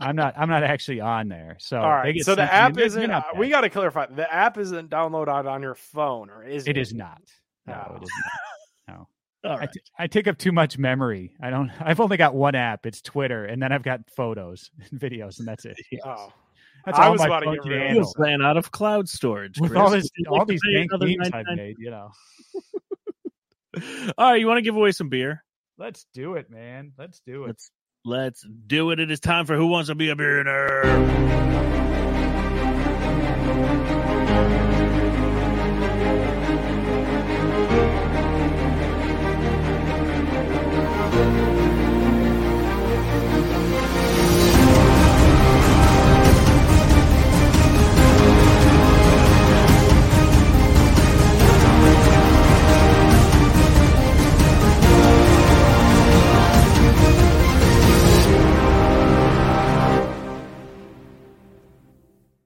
[SPEAKER 1] I'm not. I'm not actually on there. So
[SPEAKER 5] All
[SPEAKER 1] Oh, they
[SPEAKER 5] right.
[SPEAKER 1] get
[SPEAKER 5] So the
[SPEAKER 1] sent to me.
[SPEAKER 5] app
[SPEAKER 1] They're-
[SPEAKER 5] isn't.
[SPEAKER 1] they're
[SPEAKER 5] uh,
[SPEAKER 1] not
[SPEAKER 5] we
[SPEAKER 1] bad.
[SPEAKER 5] got to clarify. The app isn't downloaded on your phone, or is it?
[SPEAKER 1] It is not. No,
[SPEAKER 5] No.
[SPEAKER 1] it is not.
[SPEAKER 4] all
[SPEAKER 1] I
[SPEAKER 4] right.
[SPEAKER 1] t- I take up too much memory. I don't. I've only got one app. It's Twitter, and then I've got photos and [LAUGHS] videos, and that's it.
[SPEAKER 5] Oh,
[SPEAKER 1] That's
[SPEAKER 5] I
[SPEAKER 1] all
[SPEAKER 5] was
[SPEAKER 1] my
[SPEAKER 5] about to
[SPEAKER 1] phone
[SPEAKER 5] get
[SPEAKER 1] can
[SPEAKER 5] rid of
[SPEAKER 4] You
[SPEAKER 1] handle.
[SPEAKER 4] just ran out of cloud storage
[SPEAKER 1] With
[SPEAKER 4] Chris.
[SPEAKER 1] all this,
[SPEAKER 4] You'd like
[SPEAKER 1] all
[SPEAKER 4] to [LAUGHS]
[SPEAKER 1] these
[SPEAKER 4] pay
[SPEAKER 1] dank
[SPEAKER 4] another
[SPEAKER 1] memes I've
[SPEAKER 4] 99
[SPEAKER 1] made, you know.
[SPEAKER 4] All right, you want to give away some beer?
[SPEAKER 1] Let's do it, man. Let's do it.
[SPEAKER 4] Let's let's do it. It is time for who wants to be a billionaire.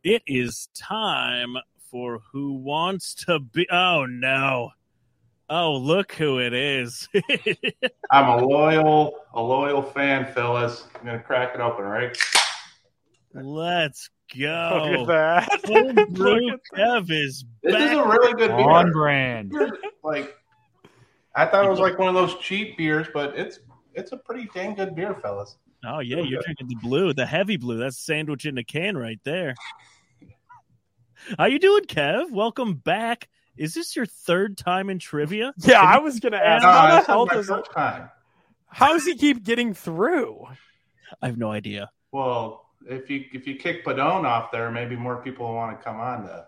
[SPEAKER 4] It is time for who wants to be. Oh no! Oh look who it is! [LAUGHS]
[SPEAKER 6] I'm a loyal, a loyal fan, fellas. I'm gonna crack it open, right?
[SPEAKER 4] let's
[SPEAKER 5] [LAUGHS] look at
[SPEAKER 4] go.
[SPEAKER 5] that.
[SPEAKER 1] [LAUGHS]
[SPEAKER 4] Home
[SPEAKER 5] Look
[SPEAKER 4] Brew
[SPEAKER 5] at that.
[SPEAKER 4] Kev is
[SPEAKER 6] This is
[SPEAKER 4] back.
[SPEAKER 6] a really good
[SPEAKER 1] On
[SPEAKER 6] beer.
[SPEAKER 1] brand.
[SPEAKER 6] Like, I thought it was like one of those cheap beers, but it's it's a pretty dang good beer, fellas.
[SPEAKER 4] Oh yeah, you're drinking the blue, the heavy blue. That's sandwich in a can right there. How you doing, Kev? Welcome back. is this your third time in trivia?
[SPEAKER 5] Yeah, I was gonna ask.
[SPEAKER 4] No,
[SPEAKER 6] [LAUGHS]
[SPEAKER 5] How the
[SPEAKER 6] this is
[SPEAKER 5] hell
[SPEAKER 6] my
[SPEAKER 5] does
[SPEAKER 6] first time.
[SPEAKER 5] how does he keep getting through?
[SPEAKER 4] I have no idea.
[SPEAKER 6] Well, if you if you kick Padone off there, maybe more people will want to come on to.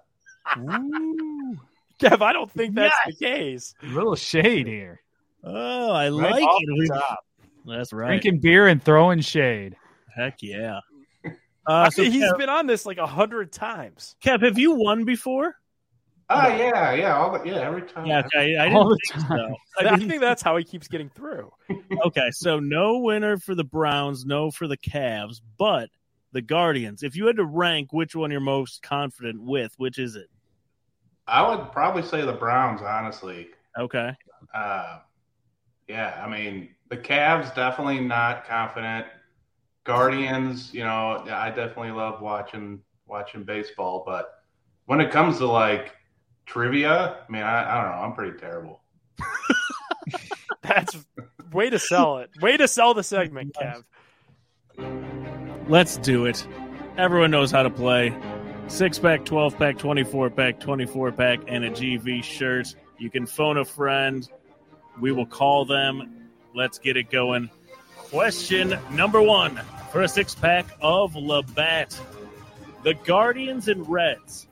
[SPEAKER 5] Kev, I don't think that's the case.
[SPEAKER 1] A little shade here.
[SPEAKER 4] Oh, I
[SPEAKER 6] Right
[SPEAKER 4] like
[SPEAKER 6] off
[SPEAKER 4] it.
[SPEAKER 6] the top.
[SPEAKER 4] That's right.
[SPEAKER 1] Drinking beer and throwing shade.
[SPEAKER 4] Heck yeah. Uh, so
[SPEAKER 5] I mean, he's
[SPEAKER 4] Kev,
[SPEAKER 5] been on this like a hundred times.
[SPEAKER 4] Kev, have you won before?
[SPEAKER 6] Oh yeah, yeah, all the, yeah. Every time.
[SPEAKER 4] Yeah, okay, I,
[SPEAKER 1] Uh, All
[SPEAKER 4] didn't
[SPEAKER 1] the
[SPEAKER 4] think
[SPEAKER 1] time. [LAUGHS]
[SPEAKER 4] so.
[SPEAKER 5] I,
[SPEAKER 4] I
[SPEAKER 5] think that's how he keeps getting through.
[SPEAKER 4] okay, so no winner for the Browns, no for the Cavs, but the Guardians. If you had to rank which one you're most confident with, which is it?
[SPEAKER 6] I would probably say the Browns, honestly.
[SPEAKER 4] Okay.
[SPEAKER 6] Uh, yeah, I mean the Cavs definitely not confident. Guardians, you know, I definitely love watching watching baseball, but when it comes to like trivia, I mean, I, I don't know, I'm pretty terrible.
[SPEAKER 5] That's way to sell it. Way to sell the segment, Kev.
[SPEAKER 4] Let's do it. Everyone knows how to play. Six pack, 12 pack, 24 pack, 24 pack, and a GV shirt. You can phone a friend. We will call them. Let's get it going. Question number one for a six pack of Labatt. The Guardians and Reds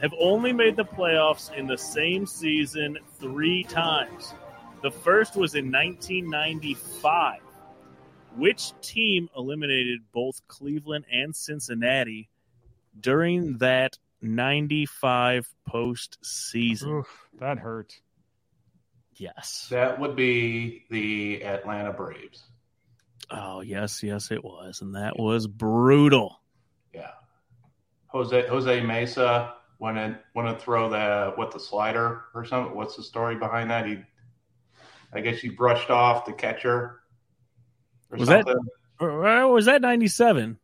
[SPEAKER 4] have only made the playoffs in the same season three times. The first was in 1995. Which team eliminated both Cleveland and Cincinnati during that 95 postseason?
[SPEAKER 1] Oof, that hurt.
[SPEAKER 4] Yes.
[SPEAKER 6] That would be the Atlanta Braves.
[SPEAKER 4] Oh, yes, yes, it was. And that was brutal.
[SPEAKER 6] Yeah, Jose Jose Mesa want to want to throw the what the slider or something. What's the story behind that? He, I guess he brushed off the catcher. or
[SPEAKER 4] Was that-
[SPEAKER 6] something.
[SPEAKER 4] Or was that 97?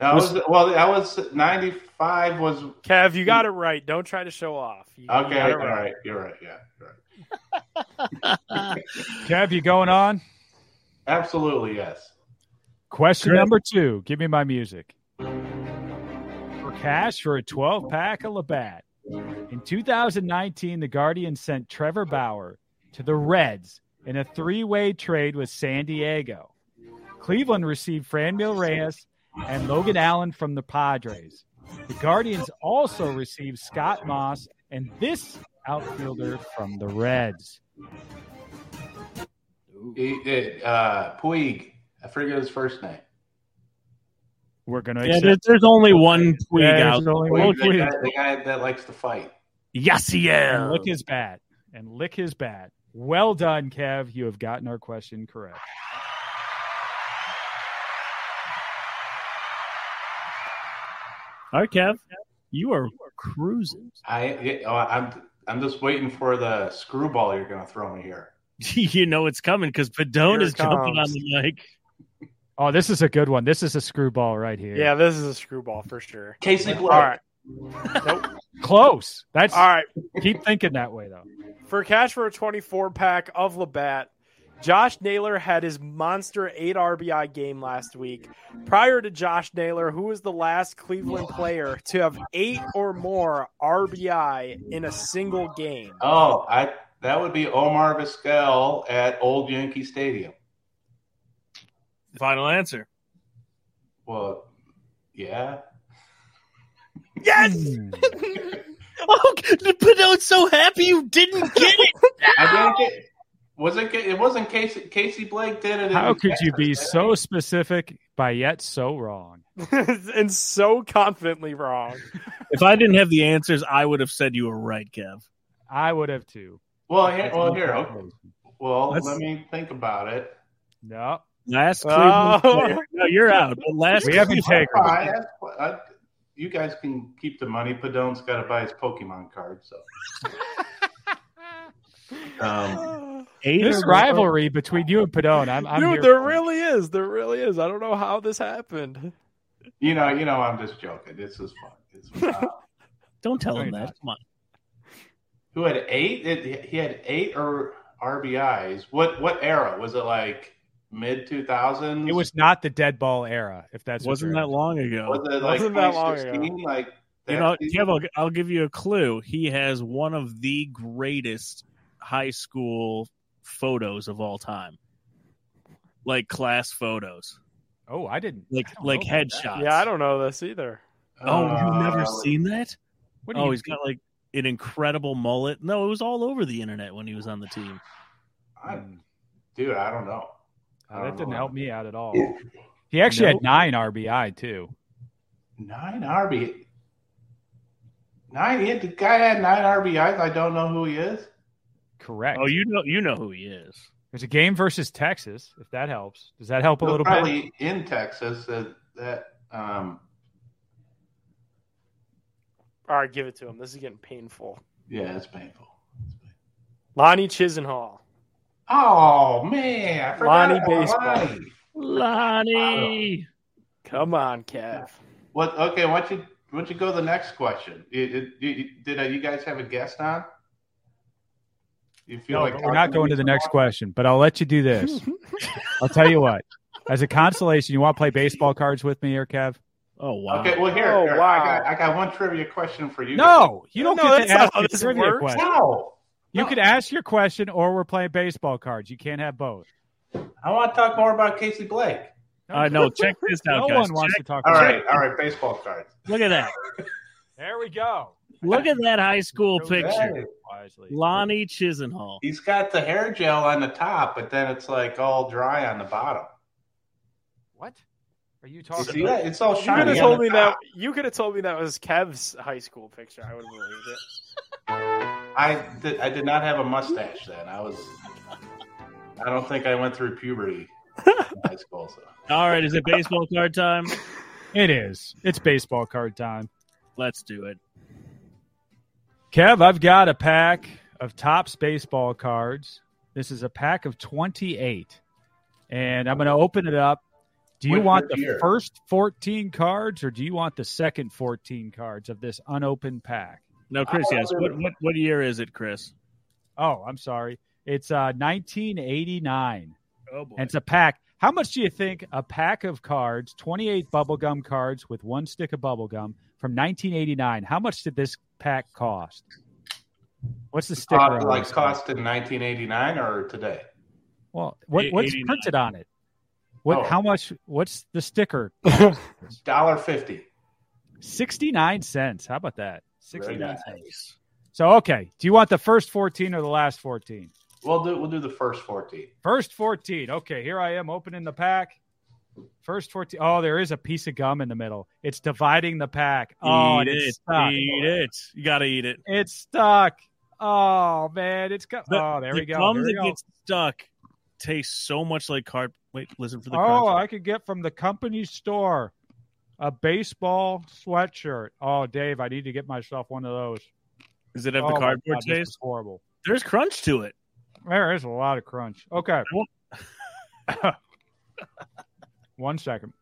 [SPEAKER 6] That
[SPEAKER 4] Was-
[SPEAKER 6] was, well. That was ninety five. Was okay.
[SPEAKER 5] Kev, you got it right. Don't try to show off. You- you got it
[SPEAKER 6] All
[SPEAKER 5] right.
[SPEAKER 6] right, you're right. Yeah, you're right.
[SPEAKER 1] Kev, you going on?
[SPEAKER 6] absolutely yes.
[SPEAKER 1] Question
[SPEAKER 4] Great.
[SPEAKER 1] number two. Give me my music. For cash for a 12 pack of Labatt. In 2019, the Guardian sent Trevor Bauer to the Reds in a three way trade with San Diego. Cleveland received Franmil Reyes and Logan Allen from the Padres. The Guardians also received Scott Moss and this outfielder from the Reds.
[SPEAKER 6] He- it, uh, Puig. I forget his first name.
[SPEAKER 1] We're going to
[SPEAKER 4] Yeah,
[SPEAKER 1] accept.
[SPEAKER 4] there's, there's only one Puig
[SPEAKER 1] Yeah, there's
[SPEAKER 4] out.
[SPEAKER 1] only one
[SPEAKER 6] Puig, the,
[SPEAKER 1] Puig.
[SPEAKER 6] guy, the guy that likes to fight.
[SPEAKER 4] Yes, he is.
[SPEAKER 1] and lick his bat and lick his bat. Well done, Kev. You have gotten our question correct.
[SPEAKER 4] All right, Kev, you are cruising.
[SPEAKER 6] I yeah, oh, I'm I'm just waiting for the screwball you're going to throw me here.
[SPEAKER 4] [LAUGHS] you know it's coming because Padone
[SPEAKER 5] Here
[SPEAKER 4] is
[SPEAKER 5] it
[SPEAKER 4] jumping on
[SPEAKER 5] comes.
[SPEAKER 4] the mic.
[SPEAKER 1] Oh, this is a good one. This is a screwball right here.
[SPEAKER 5] Yeah, this is a screwball for sure.
[SPEAKER 6] Casey Blow.
[SPEAKER 5] All right.
[SPEAKER 1] Close. That's
[SPEAKER 5] All right.
[SPEAKER 1] keep thinking that way though.
[SPEAKER 5] For cash for a 24 pack of Labatt, Josh Naylor had his monster 8 RBI game last week. Prior to Josh Naylor, who was the last Cleveland player to have 8 or more RBI in a single game?
[SPEAKER 6] Oh, I that would be Omar Vizquel at Old Yankee Stadium.
[SPEAKER 4] Final answer.
[SPEAKER 6] Well, yeah.
[SPEAKER 5] Yes! [LAUGHS]
[SPEAKER 1] Hmm.
[SPEAKER 4] Oh, Padone's so happy you didn't get it.
[SPEAKER 6] I didn't get. Was it? It wasn't Casey. Casey Blake did it. in
[SPEAKER 1] How could you be
[SPEAKER 6] Texas.
[SPEAKER 1] so specific by yet so wrong?
[SPEAKER 5] and so confidently wrong.
[SPEAKER 4] if I didn't have the answers, I would have said you were right, Kev.
[SPEAKER 1] I would have too.
[SPEAKER 6] Well, here, well, here. Okay. Well,
[SPEAKER 4] Let's-
[SPEAKER 6] let me think about it.
[SPEAKER 1] No.
[SPEAKER 4] Last
[SPEAKER 5] Oh.
[SPEAKER 4] Cleveland player. No, you're out. But last
[SPEAKER 1] We have
[SPEAKER 4] Cleveland-
[SPEAKER 1] integrity.
[SPEAKER 6] I, I, I, you guys can keep the money. Padone's got to buy his Pokemon card. So. um,
[SPEAKER 5] [SIGHS]
[SPEAKER 4] eight
[SPEAKER 1] This
[SPEAKER 4] or more.
[SPEAKER 1] rivalry between you and Padone, I'm, I'm here
[SPEAKER 5] Dude, there
[SPEAKER 1] for it.
[SPEAKER 5] really is. There really is. I don't know how this happened.
[SPEAKER 6] you know, you know, I'm just joking. This is fun. It's [LAUGHS] fun.
[SPEAKER 4] Don't tell him
[SPEAKER 1] No, you're
[SPEAKER 4] that. Come on.
[SPEAKER 6] Who had eight? It, he had eight or RBIs. What what era was it? Like mid 2000s?
[SPEAKER 1] It was not the dead ball era, if that's
[SPEAKER 4] It
[SPEAKER 1] what
[SPEAKER 4] wasn't
[SPEAKER 1] you're-
[SPEAKER 4] that long ago.
[SPEAKER 6] Was it like
[SPEAKER 5] Wasn't that long
[SPEAKER 6] 2016? Like
[SPEAKER 4] You know, Kev, I'll, I'll give you a clue. He has one of the greatest high school photos of all time, like class photos,
[SPEAKER 1] Oh, I didn't.
[SPEAKER 4] like
[SPEAKER 1] I don't
[SPEAKER 4] like
[SPEAKER 1] know about that.
[SPEAKER 4] headshots.
[SPEAKER 5] Yeah, I don't know this either.
[SPEAKER 4] Oh, you've
[SPEAKER 6] Uh,
[SPEAKER 4] never seen that?
[SPEAKER 1] What do
[SPEAKER 4] Oh,
[SPEAKER 1] you
[SPEAKER 4] he's got like an incredible mullet. No, it was all over the internet when he was on the team.
[SPEAKER 6] I, dude, I don't know.
[SPEAKER 1] Oh, that didn't help me out at all.
[SPEAKER 6] Yeah.
[SPEAKER 1] He actually had
[SPEAKER 4] Nope.
[SPEAKER 1] nine RBI too.
[SPEAKER 6] Nine RB. Nine. yeah, The guy had nine RBIs. I don't know who he is.
[SPEAKER 1] Correct.
[SPEAKER 4] Oh, you know, you know who he is.
[SPEAKER 1] There's a game versus Texas. If that helps, does that help a
[SPEAKER 6] He's
[SPEAKER 1] little
[SPEAKER 6] probably
[SPEAKER 1] bit?
[SPEAKER 6] in Texas. That that. Um,
[SPEAKER 5] All right, give it to him. This is getting painful.
[SPEAKER 6] yeah, it's painful.
[SPEAKER 5] Lonnie Chisenhall.
[SPEAKER 6] Oh man, I forgot
[SPEAKER 5] Lonnie
[SPEAKER 6] about
[SPEAKER 5] baseball.
[SPEAKER 6] Lonnie.
[SPEAKER 4] Lonnie.
[SPEAKER 5] Come on, Kev.
[SPEAKER 6] What? Okay, why don't you why don't you go to the next question? It- it- it- did uh, you guys have a guest on? You feel
[SPEAKER 1] No,
[SPEAKER 6] like
[SPEAKER 1] but we're not going to the
[SPEAKER 6] [LAUGHS]
[SPEAKER 1] next question. But I'll let you do this. I'll tell you what. As a consolation, you want to play baseball cards with me here, Kev?
[SPEAKER 4] Oh wow.
[SPEAKER 6] Okay, well here,
[SPEAKER 5] Oh,
[SPEAKER 6] here,
[SPEAKER 5] wow.
[SPEAKER 6] I got I got one trivia question for you.
[SPEAKER 1] No, you don't
[SPEAKER 5] No,
[SPEAKER 1] get
[SPEAKER 5] that's
[SPEAKER 1] to
[SPEAKER 5] not
[SPEAKER 1] ask
[SPEAKER 5] how
[SPEAKER 1] your
[SPEAKER 5] this
[SPEAKER 1] trivia
[SPEAKER 5] works.
[SPEAKER 6] guys.
[SPEAKER 1] question.
[SPEAKER 6] no.
[SPEAKER 1] You could ask your question, or we're playing baseball cards. You can't have both.
[SPEAKER 6] I want to talk more about Casey Blake.
[SPEAKER 4] I know. Check this
[SPEAKER 1] Uh, No
[SPEAKER 4] out, guys.
[SPEAKER 1] one wants to talk.
[SPEAKER 6] All
[SPEAKER 1] about
[SPEAKER 6] right,
[SPEAKER 1] it.
[SPEAKER 6] all right, baseball cards.
[SPEAKER 4] Look
[SPEAKER 1] [LAUGHS]
[SPEAKER 4] at that.
[SPEAKER 1] there we go.
[SPEAKER 4] Look at that high school
[SPEAKER 1] Go back
[SPEAKER 4] picture.
[SPEAKER 1] wisely.
[SPEAKER 4] Lonnie Chisenhall.
[SPEAKER 6] He's got the hair gel on the top, but then it's like all dry on the bottom.
[SPEAKER 1] What are you
[SPEAKER 6] You
[SPEAKER 1] talking
[SPEAKER 6] see
[SPEAKER 1] about?
[SPEAKER 6] that? It's all
[SPEAKER 5] You could
[SPEAKER 6] shiny.
[SPEAKER 5] have
[SPEAKER 6] on
[SPEAKER 5] told
[SPEAKER 6] the
[SPEAKER 5] me that.
[SPEAKER 6] top.
[SPEAKER 5] You could have told me that was Kev's high school picture. I would have believed it.
[SPEAKER 6] I did, I did not have a mustache then. I was. I don't think I went through puberty in high school.
[SPEAKER 4] [LAUGHS]
[SPEAKER 6] So.
[SPEAKER 4] All right, is it baseball card time?
[SPEAKER 1] It is. It's baseball card time.
[SPEAKER 4] Let's do it.
[SPEAKER 1] Kev, I've got a pack of Topps baseball cards. This is a pack of 28. And I'm going to open it up. Do you
[SPEAKER 6] What
[SPEAKER 1] want
[SPEAKER 6] year
[SPEAKER 1] the
[SPEAKER 6] here?
[SPEAKER 1] first 14 cards or do you want the second 14 cards of this unopened pack?
[SPEAKER 4] No, Chris.
[SPEAKER 6] Oh,
[SPEAKER 4] Yes. What, what what year is it, Chris?
[SPEAKER 1] Oh, I'm sorry. It's uh, 1989.
[SPEAKER 4] Oh boy.
[SPEAKER 1] And it's a pack. How much do you think a pack of cards, 28 bubblegum cards with one stick of bubblegum from 1989, how much did this pack cost? What's the sticker?
[SPEAKER 6] Uh,
[SPEAKER 1] on
[SPEAKER 6] like
[SPEAKER 1] this thing?
[SPEAKER 6] cost in 1989 or today?
[SPEAKER 1] Well, what,
[SPEAKER 4] Eight-
[SPEAKER 1] what's
[SPEAKER 4] 89.
[SPEAKER 1] printed on it? What?
[SPEAKER 6] Oh.
[SPEAKER 1] How much? What's the sticker?
[SPEAKER 6] Dollar fifty.
[SPEAKER 1] Sixty nine cents. How about that? Sixty nine
[SPEAKER 6] Very
[SPEAKER 1] cents. So okay, do you want the first fourteen or the last fourteen?
[SPEAKER 6] We'll do we'll do the first 14.
[SPEAKER 1] First fourteen. Okay, here I am opening the pack. First fourteen. Oh, there is a piece of gum in the middle. It's dividing the pack. Oh,
[SPEAKER 4] eat
[SPEAKER 1] and
[SPEAKER 4] it.
[SPEAKER 1] it's stuck.
[SPEAKER 4] Eat it. You gotta eat it.
[SPEAKER 1] It's stuck. Oh man, it's got.
[SPEAKER 4] The-
[SPEAKER 1] oh, there
[SPEAKER 4] the
[SPEAKER 1] we go.
[SPEAKER 4] gum
[SPEAKER 1] Here we
[SPEAKER 4] that
[SPEAKER 1] go.
[SPEAKER 4] gets stuck tastes so much like card. Wait, listen for the.
[SPEAKER 1] oh,
[SPEAKER 4] crunch.
[SPEAKER 1] I could get from the company store a baseball sweatshirt. Oh, Dave, I need to get myself one of those.
[SPEAKER 4] Does it have
[SPEAKER 1] Oh,
[SPEAKER 4] the
[SPEAKER 1] my
[SPEAKER 4] cardboard
[SPEAKER 1] God, this
[SPEAKER 4] taste?
[SPEAKER 1] is horrible.
[SPEAKER 4] There's crunch to it.
[SPEAKER 1] There is a lot of crunch. Okay. [COUGHS] one second.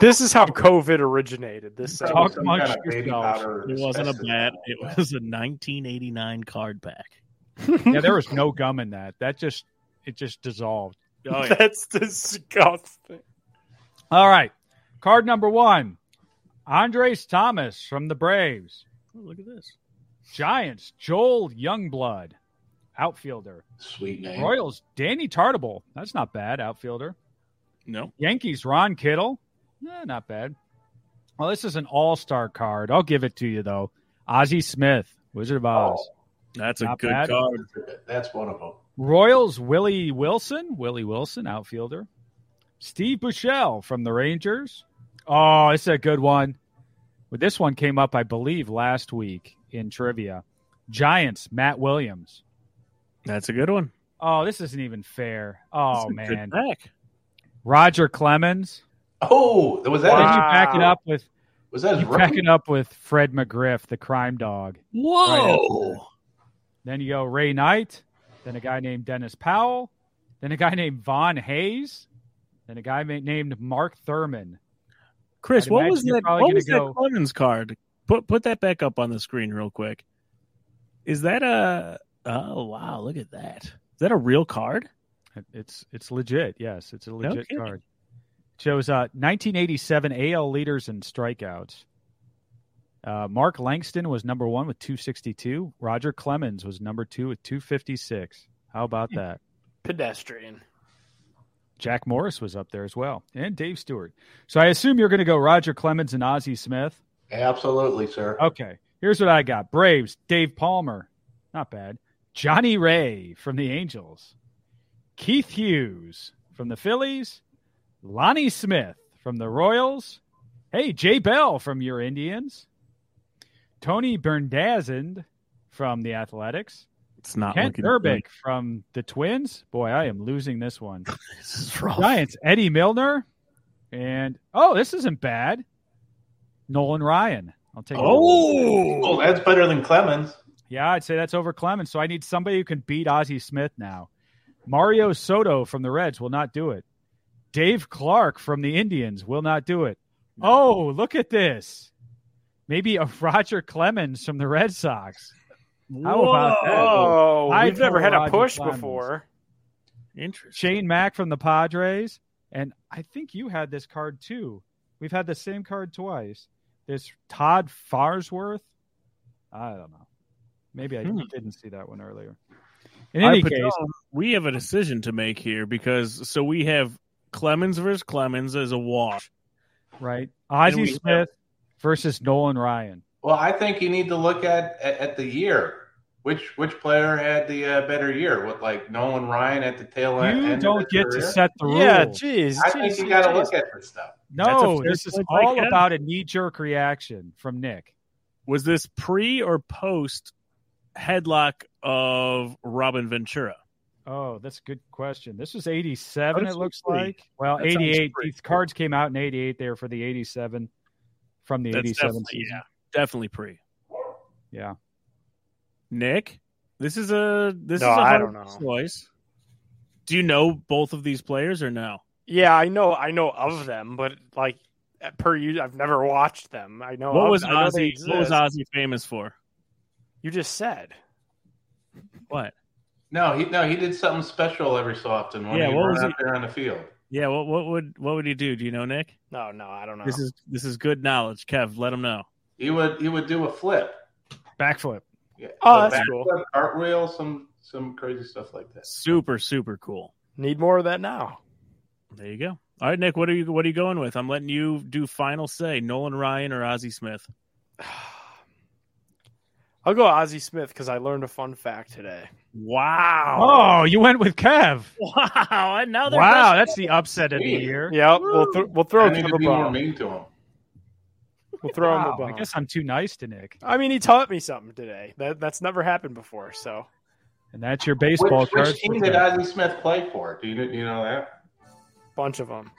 [SPEAKER 5] This is how COVID originated. This
[SPEAKER 6] Probably
[SPEAKER 1] Talk
[SPEAKER 6] some
[SPEAKER 1] amongst
[SPEAKER 6] kind of baby
[SPEAKER 1] yourselves.
[SPEAKER 6] powder
[SPEAKER 4] It wasn't a
[SPEAKER 6] asbestos.
[SPEAKER 4] bat. It
[SPEAKER 6] [LAUGHS]
[SPEAKER 4] was a 1989 card pack.
[SPEAKER 1] Yeah, there was no gum in that. That just it just dissolved.
[SPEAKER 4] Oh yeah.
[SPEAKER 5] That's disgusting.
[SPEAKER 1] All right. Card number one. Andres Thomas from the Braves.
[SPEAKER 4] [LAUGHS] Oh, look at this.
[SPEAKER 1] Giants, Joel Youngblood, outfielder.
[SPEAKER 6] Sweet name.
[SPEAKER 1] Royals, Danny Tartable. That's not bad, outfielder.
[SPEAKER 4] No.
[SPEAKER 1] Yankees, Ron Kittle. Eh, not bad. Well, this is an all star card. I'll give it to you, though. Ozzie Smith, Wizard of Oz.
[SPEAKER 6] Oh,
[SPEAKER 4] That's
[SPEAKER 1] Not
[SPEAKER 4] a good
[SPEAKER 1] bad.
[SPEAKER 4] card.
[SPEAKER 6] that's one of them.
[SPEAKER 1] Royals, Willie Wilson. Willie Wilson, outfielder. Steve Bouchel from the Rangers. Oh, it's a good one. Well, this one came up, I believe, last week in trivia. Giants, Matt Williams.
[SPEAKER 4] That's a good one.
[SPEAKER 1] Oh, this isn't even fair.
[SPEAKER 4] That's
[SPEAKER 1] Oh,
[SPEAKER 4] a good
[SPEAKER 1] man.
[SPEAKER 4] pack.
[SPEAKER 1] Roger Clemens.
[SPEAKER 6] Oh, was that
[SPEAKER 1] Then you
[SPEAKER 5] Wow.
[SPEAKER 1] back it up with
[SPEAKER 6] was that his
[SPEAKER 1] you
[SPEAKER 6] rookie?
[SPEAKER 1] pack it up with Fred McGriff, the crime dog.
[SPEAKER 6] Oh.
[SPEAKER 4] Whoa.
[SPEAKER 1] Then you go Ray Knight, then a guy named Dennis Powell, then a guy named Von Hayes, then a guy ma- named Mark Thurman.
[SPEAKER 4] Chris,
[SPEAKER 1] I'd
[SPEAKER 4] what
[SPEAKER 1] imagine
[SPEAKER 4] was
[SPEAKER 1] you're
[SPEAKER 4] that?
[SPEAKER 1] probably
[SPEAKER 4] What
[SPEAKER 1] gonna
[SPEAKER 4] was
[SPEAKER 1] go-
[SPEAKER 4] that Clemens card? Put put that back up on the screen real quick. Is that a? Oh wow, look at that. Is that a real card?
[SPEAKER 1] It's it's legit. Yes, it's a legit
[SPEAKER 4] kidding.
[SPEAKER 1] card. Shows uh, 1987 AL leaders and strikeouts. Uh, Mark Langston was number one with 262. Roger Clemens was number two with 256. How about that?
[SPEAKER 5] Pedestrian.
[SPEAKER 1] Jack Morris was up there as well, and Dave Stewart. So I assume you're going to go Roger Clemens and Ozzie Smith.
[SPEAKER 6] Absolutely, sir.
[SPEAKER 1] Okay. Here's what I got Braves, Dave Palmer. Not bad. Johnny Ray from the Angels. Keith Hughes from the Phillies. Lonnie Smith from the Royals. Hey, Jay Bell from your Indians. Tony Berndazand from the Athletics.
[SPEAKER 4] It's not
[SPEAKER 1] Kent
[SPEAKER 4] looking good.
[SPEAKER 1] Urbic from the Twins. Boy, I am losing this
[SPEAKER 4] [LAUGHS]
[SPEAKER 1] one.
[SPEAKER 4] This is rough.
[SPEAKER 1] Giants, Eddie Milner. And, oh, this isn't bad. Nolan Ryan. I'll take Nolan
[SPEAKER 6] Oh, that's better than Clemens.
[SPEAKER 1] yeah, I'd say that's over Clemens. So I need somebody who can beat Ozzie Smith now. Mario Soto from the Reds will not do it. Dave Clark from the Indians will not do it. Oh, look at this. Maybe a [LAUGHS] Roger Clemens from the Red Sox. How about that?
[SPEAKER 5] Oh,
[SPEAKER 1] I
[SPEAKER 5] we've never had a
[SPEAKER 1] Roger
[SPEAKER 5] push
[SPEAKER 1] Clemens.
[SPEAKER 5] before.
[SPEAKER 4] Interesting.
[SPEAKER 1] Shane Mack from the Padres. And I think you had this card too. We've had the same card twice. This Todd Farsworth. I don't know. Maybe I
[SPEAKER 4] Hmm.
[SPEAKER 1] didn't see that one earlier. In any
[SPEAKER 4] I put
[SPEAKER 1] case,
[SPEAKER 4] down, we have a decision to make here because so we have Clemens versus Clemens as a wash.
[SPEAKER 1] right?
[SPEAKER 4] we
[SPEAKER 1] Ozzie
[SPEAKER 4] have-
[SPEAKER 1] Smith versus Nolan Ryan.
[SPEAKER 6] Well, I think you need to look at at, at the year. Which which player had the uh, better year? What like Nolan Ryan at the tail end?
[SPEAKER 1] You
[SPEAKER 6] end
[SPEAKER 1] don't
[SPEAKER 6] of his
[SPEAKER 1] get to
[SPEAKER 6] career?
[SPEAKER 1] set the rules.
[SPEAKER 5] Yeah, jeez.
[SPEAKER 6] I
[SPEAKER 5] jeez,
[SPEAKER 6] think you
[SPEAKER 5] jeez,
[SPEAKER 6] got to
[SPEAKER 5] jeez.
[SPEAKER 6] look at this stuff.
[SPEAKER 4] That's a
[SPEAKER 1] No,
[SPEAKER 4] fair
[SPEAKER 1] this is
[SPEAKER 4] point by
[SPEAKER 1] all
[SPEAKER 4] Ken.
[SPEAKER 1] about a knee jerk reaction from Nick.
[SPEAKER 4] Was this pre or post headlock of Robin Ventura?
[SPEAKER 1] Oh, that's a good question. This was 87,
[SPEAKER 4] That
[SPEAKER 1] it looks
[SPEAKER 4] sounds
[SPEAKER 1] like. Well,
[SPEAKER 4] that sounds
[SPEAKER 1] 88.
[SPEAKER 4] pretty
[SPEAKER 1] These cards came out in 88 there for the 87 from the
[SPEAKER 4] That's
[SPEAKER 1] 87
[SPEAKER 4] definitely
[SPEAKER 1] season.
[SPEAKER 4] yeah, definitely pre.
[SPEAKER 1] Yeah.
[SPEAKER 4] Nick, this is a this
[SPEAKER 5] No,
[SPEAKER 4] is a
[SPEAKER 5] I
[SPEAKER 4] hard
[SPEAKER 5] don't know.
[SPEAKER 4] choice. Do you know both of these players or no?
[SPEAKER 5] Yeah, I know, I know of them, but like uh, per you, I've never watched them. I know.
[SPEAKER 4] what
[SPEAKER 5] of-
[SPEAKER 4] was
[SPEAKER 5] I know they
[SPEAKER 4] Ozzy? What was
[SPEAKER 5] exist.
[SPEAKER 4] Ozzy famous for?
[SPEAKER 5] You just said.
[SPEAKER 4] What?
[SPEAKER 6] No, he no he did something special every so often when
[SPEAKER 4] Yeah,
[SPEAKER 6] he
[SPEAKER 4] what
[SPEAKER 6] was
[SPEAKER 4] was
[SPEAKER 6] out
[SPEAKER 4] he-
[SPEAKER 6] there on the field.
[SPEAKER 4] Yeah. What? What would? What would he do? Do you know, Nick?
[SPEAKER 5] No, no, I don't know.
[SPEAKER 4] This is this is good knowledge, Kev. Let him know.
[SPEAKER 6] He would he would do a flip.
[SPEAKER 1] Backflip.
[SPEAKER 6] Yeah,
[SPEAKER 5] Oh,
[SPEAKER 6] a
[SPEAKER 5] that's
[SPEAKER 6] back
[SPEAKER 5] cool.
[SPEAKER 6] flip, Cartwheel, some some crazy stuff like that.
[SPEAKER 4] Super super cool.
[SPEAKER 5] Need more of that now. [SIGHS]
[SPEAKER 4] There you go. All right, Nick. What are you? What are you going with? I'm letting you do final say. Nolan Ryan or Ozzy Smith?
[SPEAKER 5] I'll go Ozzy Smith because I learned a fun fact today.
[SPEAKER 4] Wow.
[SPEAKER 1] Oh, you went with Kev.
[SPEAKER 4] [LAUGHS] Wow. And now they're
[SPEAKER 1] Wow,
[SPEAKER 4] best-
[SPEAKER 1] that's the upset of the
[SPEAKER 6] Sweet.
[SPEAKER 1] year.
[SPEAKER 5] Yeah, we'll, th- we'll throw
[SPEAKER 6] I
[SPEAKER 5] him
[SPEAKER 6] need
[SPEAKER 5] the
[SPEAKER 6] to be more
[SPEAKER 5] bone.
[SPEAKER 6] mean to him.
[SPEAKER 5] We'll throw him
[SPEAKER 1] Wow,
[SPEAKER 5] the bone.
[SPEAKER 1] I guess I'm too nice to Nick.
[SPEAKER 5] I mean, he taught me something today. That that's never happened before. So
[SPEAKER 1] And that's your baseball
[SPEAKER 6] which,
[SPEAKER 1] card.
[SPEAKER 6] which team did Ozzie Smith play for? Do you do you know that?
[SPEAKER 5] bunch of them.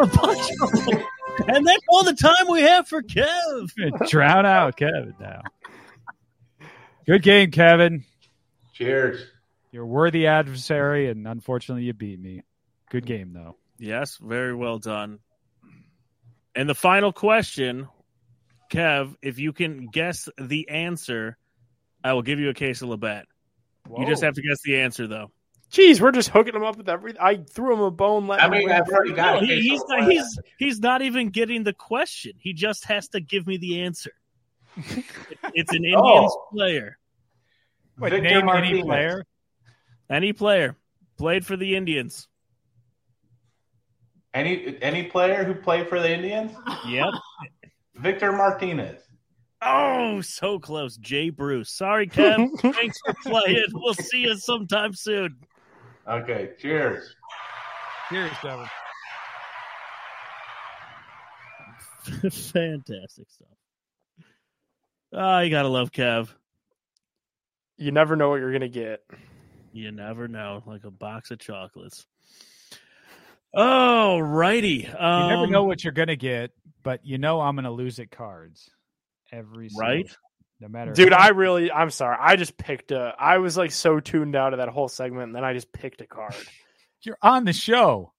[SPEAKER 4] a bunch of them. and that's all the time we have for
[SPEAKER 1] [LAUGHS]
[SPEAKER 4] Kev.
[SPEAKER 1] Drown out Kevin now. Good game, Kevin.
[SPEAKER 6] Cheers.
[SPEAKER 1] You're a worthy adversary, and unfortunately, you beat me. Good game, though.
[SPEAKER 4] Yes, very well done. And the final question, Kev, if you can guess the answer, I will give you a case of Labatt. You just have to guess the answer, though.
[SPEAKER 5] Jeez, we're just hooking him up with everything. I threw him a bone. Let
[SPEAKER 6] I
[SPEAKER 5] him
[SPEAKER 6] mean,
[SPEAKER 5] win.
[SPEAKER 6] I've already got. a
[SPEAKER 4] No, he-
[SPEAKER 6] case
[SPEAKER 4] he's
[SPEAKER 6] of
[SPEAKER 4] not,
[SPEAKER 6] laugh.
[SPEAKER 4] he's he's not even getting the question. He just has to give me the answer. it's an Indians
[SPEAKER 6] Oh.
[SPEAKER 4] player.
[SPEAKER 6] Wait, Victor
[SPEAKER 1] Name any
[SPEAKER 6] Martinez.
[SPEAKER 1] player.
[SPEAKER 4] Any player played for the Indians.
[SPEAKER 6] Any any player who played for the Indians?
[SPEAKER 4] Yep.
[SPEAKER 6] Victor Martinez.
[SPEAKER 4] oh, so close. Jay Bruce. Sorry,
[SPEAKER 5] [LAUGHS]
[SPEAKER 4] Kev. Thanks for playing. We'll see you sometime soon.
[SPEAKER 6] Okay, cheers.
[SPEAKER 1] Here's Kevin.
[SPEAKER 4] [LAUGHS] Fantastic stuff. Oh, you gotta love Kev.
[SPEAKER 5] you never know what you're gonna get.
[SPEAKER 4] You never know, like a box of chocolates. Oh, righty.
[SPEAKER 1] You
[SPEAKER 4] Um,
[SPEAKER 1] never know what you're gonna get, but you know I'm gonna lose at cards every single
[SPEAKER 4] Right?
[SPEAKER 1] time, no matter.
[SPEAKER 5] Dude,
[SPEAKER 1] how-
[SPEAKER 5] I really, I'm sorry. I just picked a. I was like so tuned out of that whole segment, and then I just picked a card.
[SPEAKER 1] you're on the show.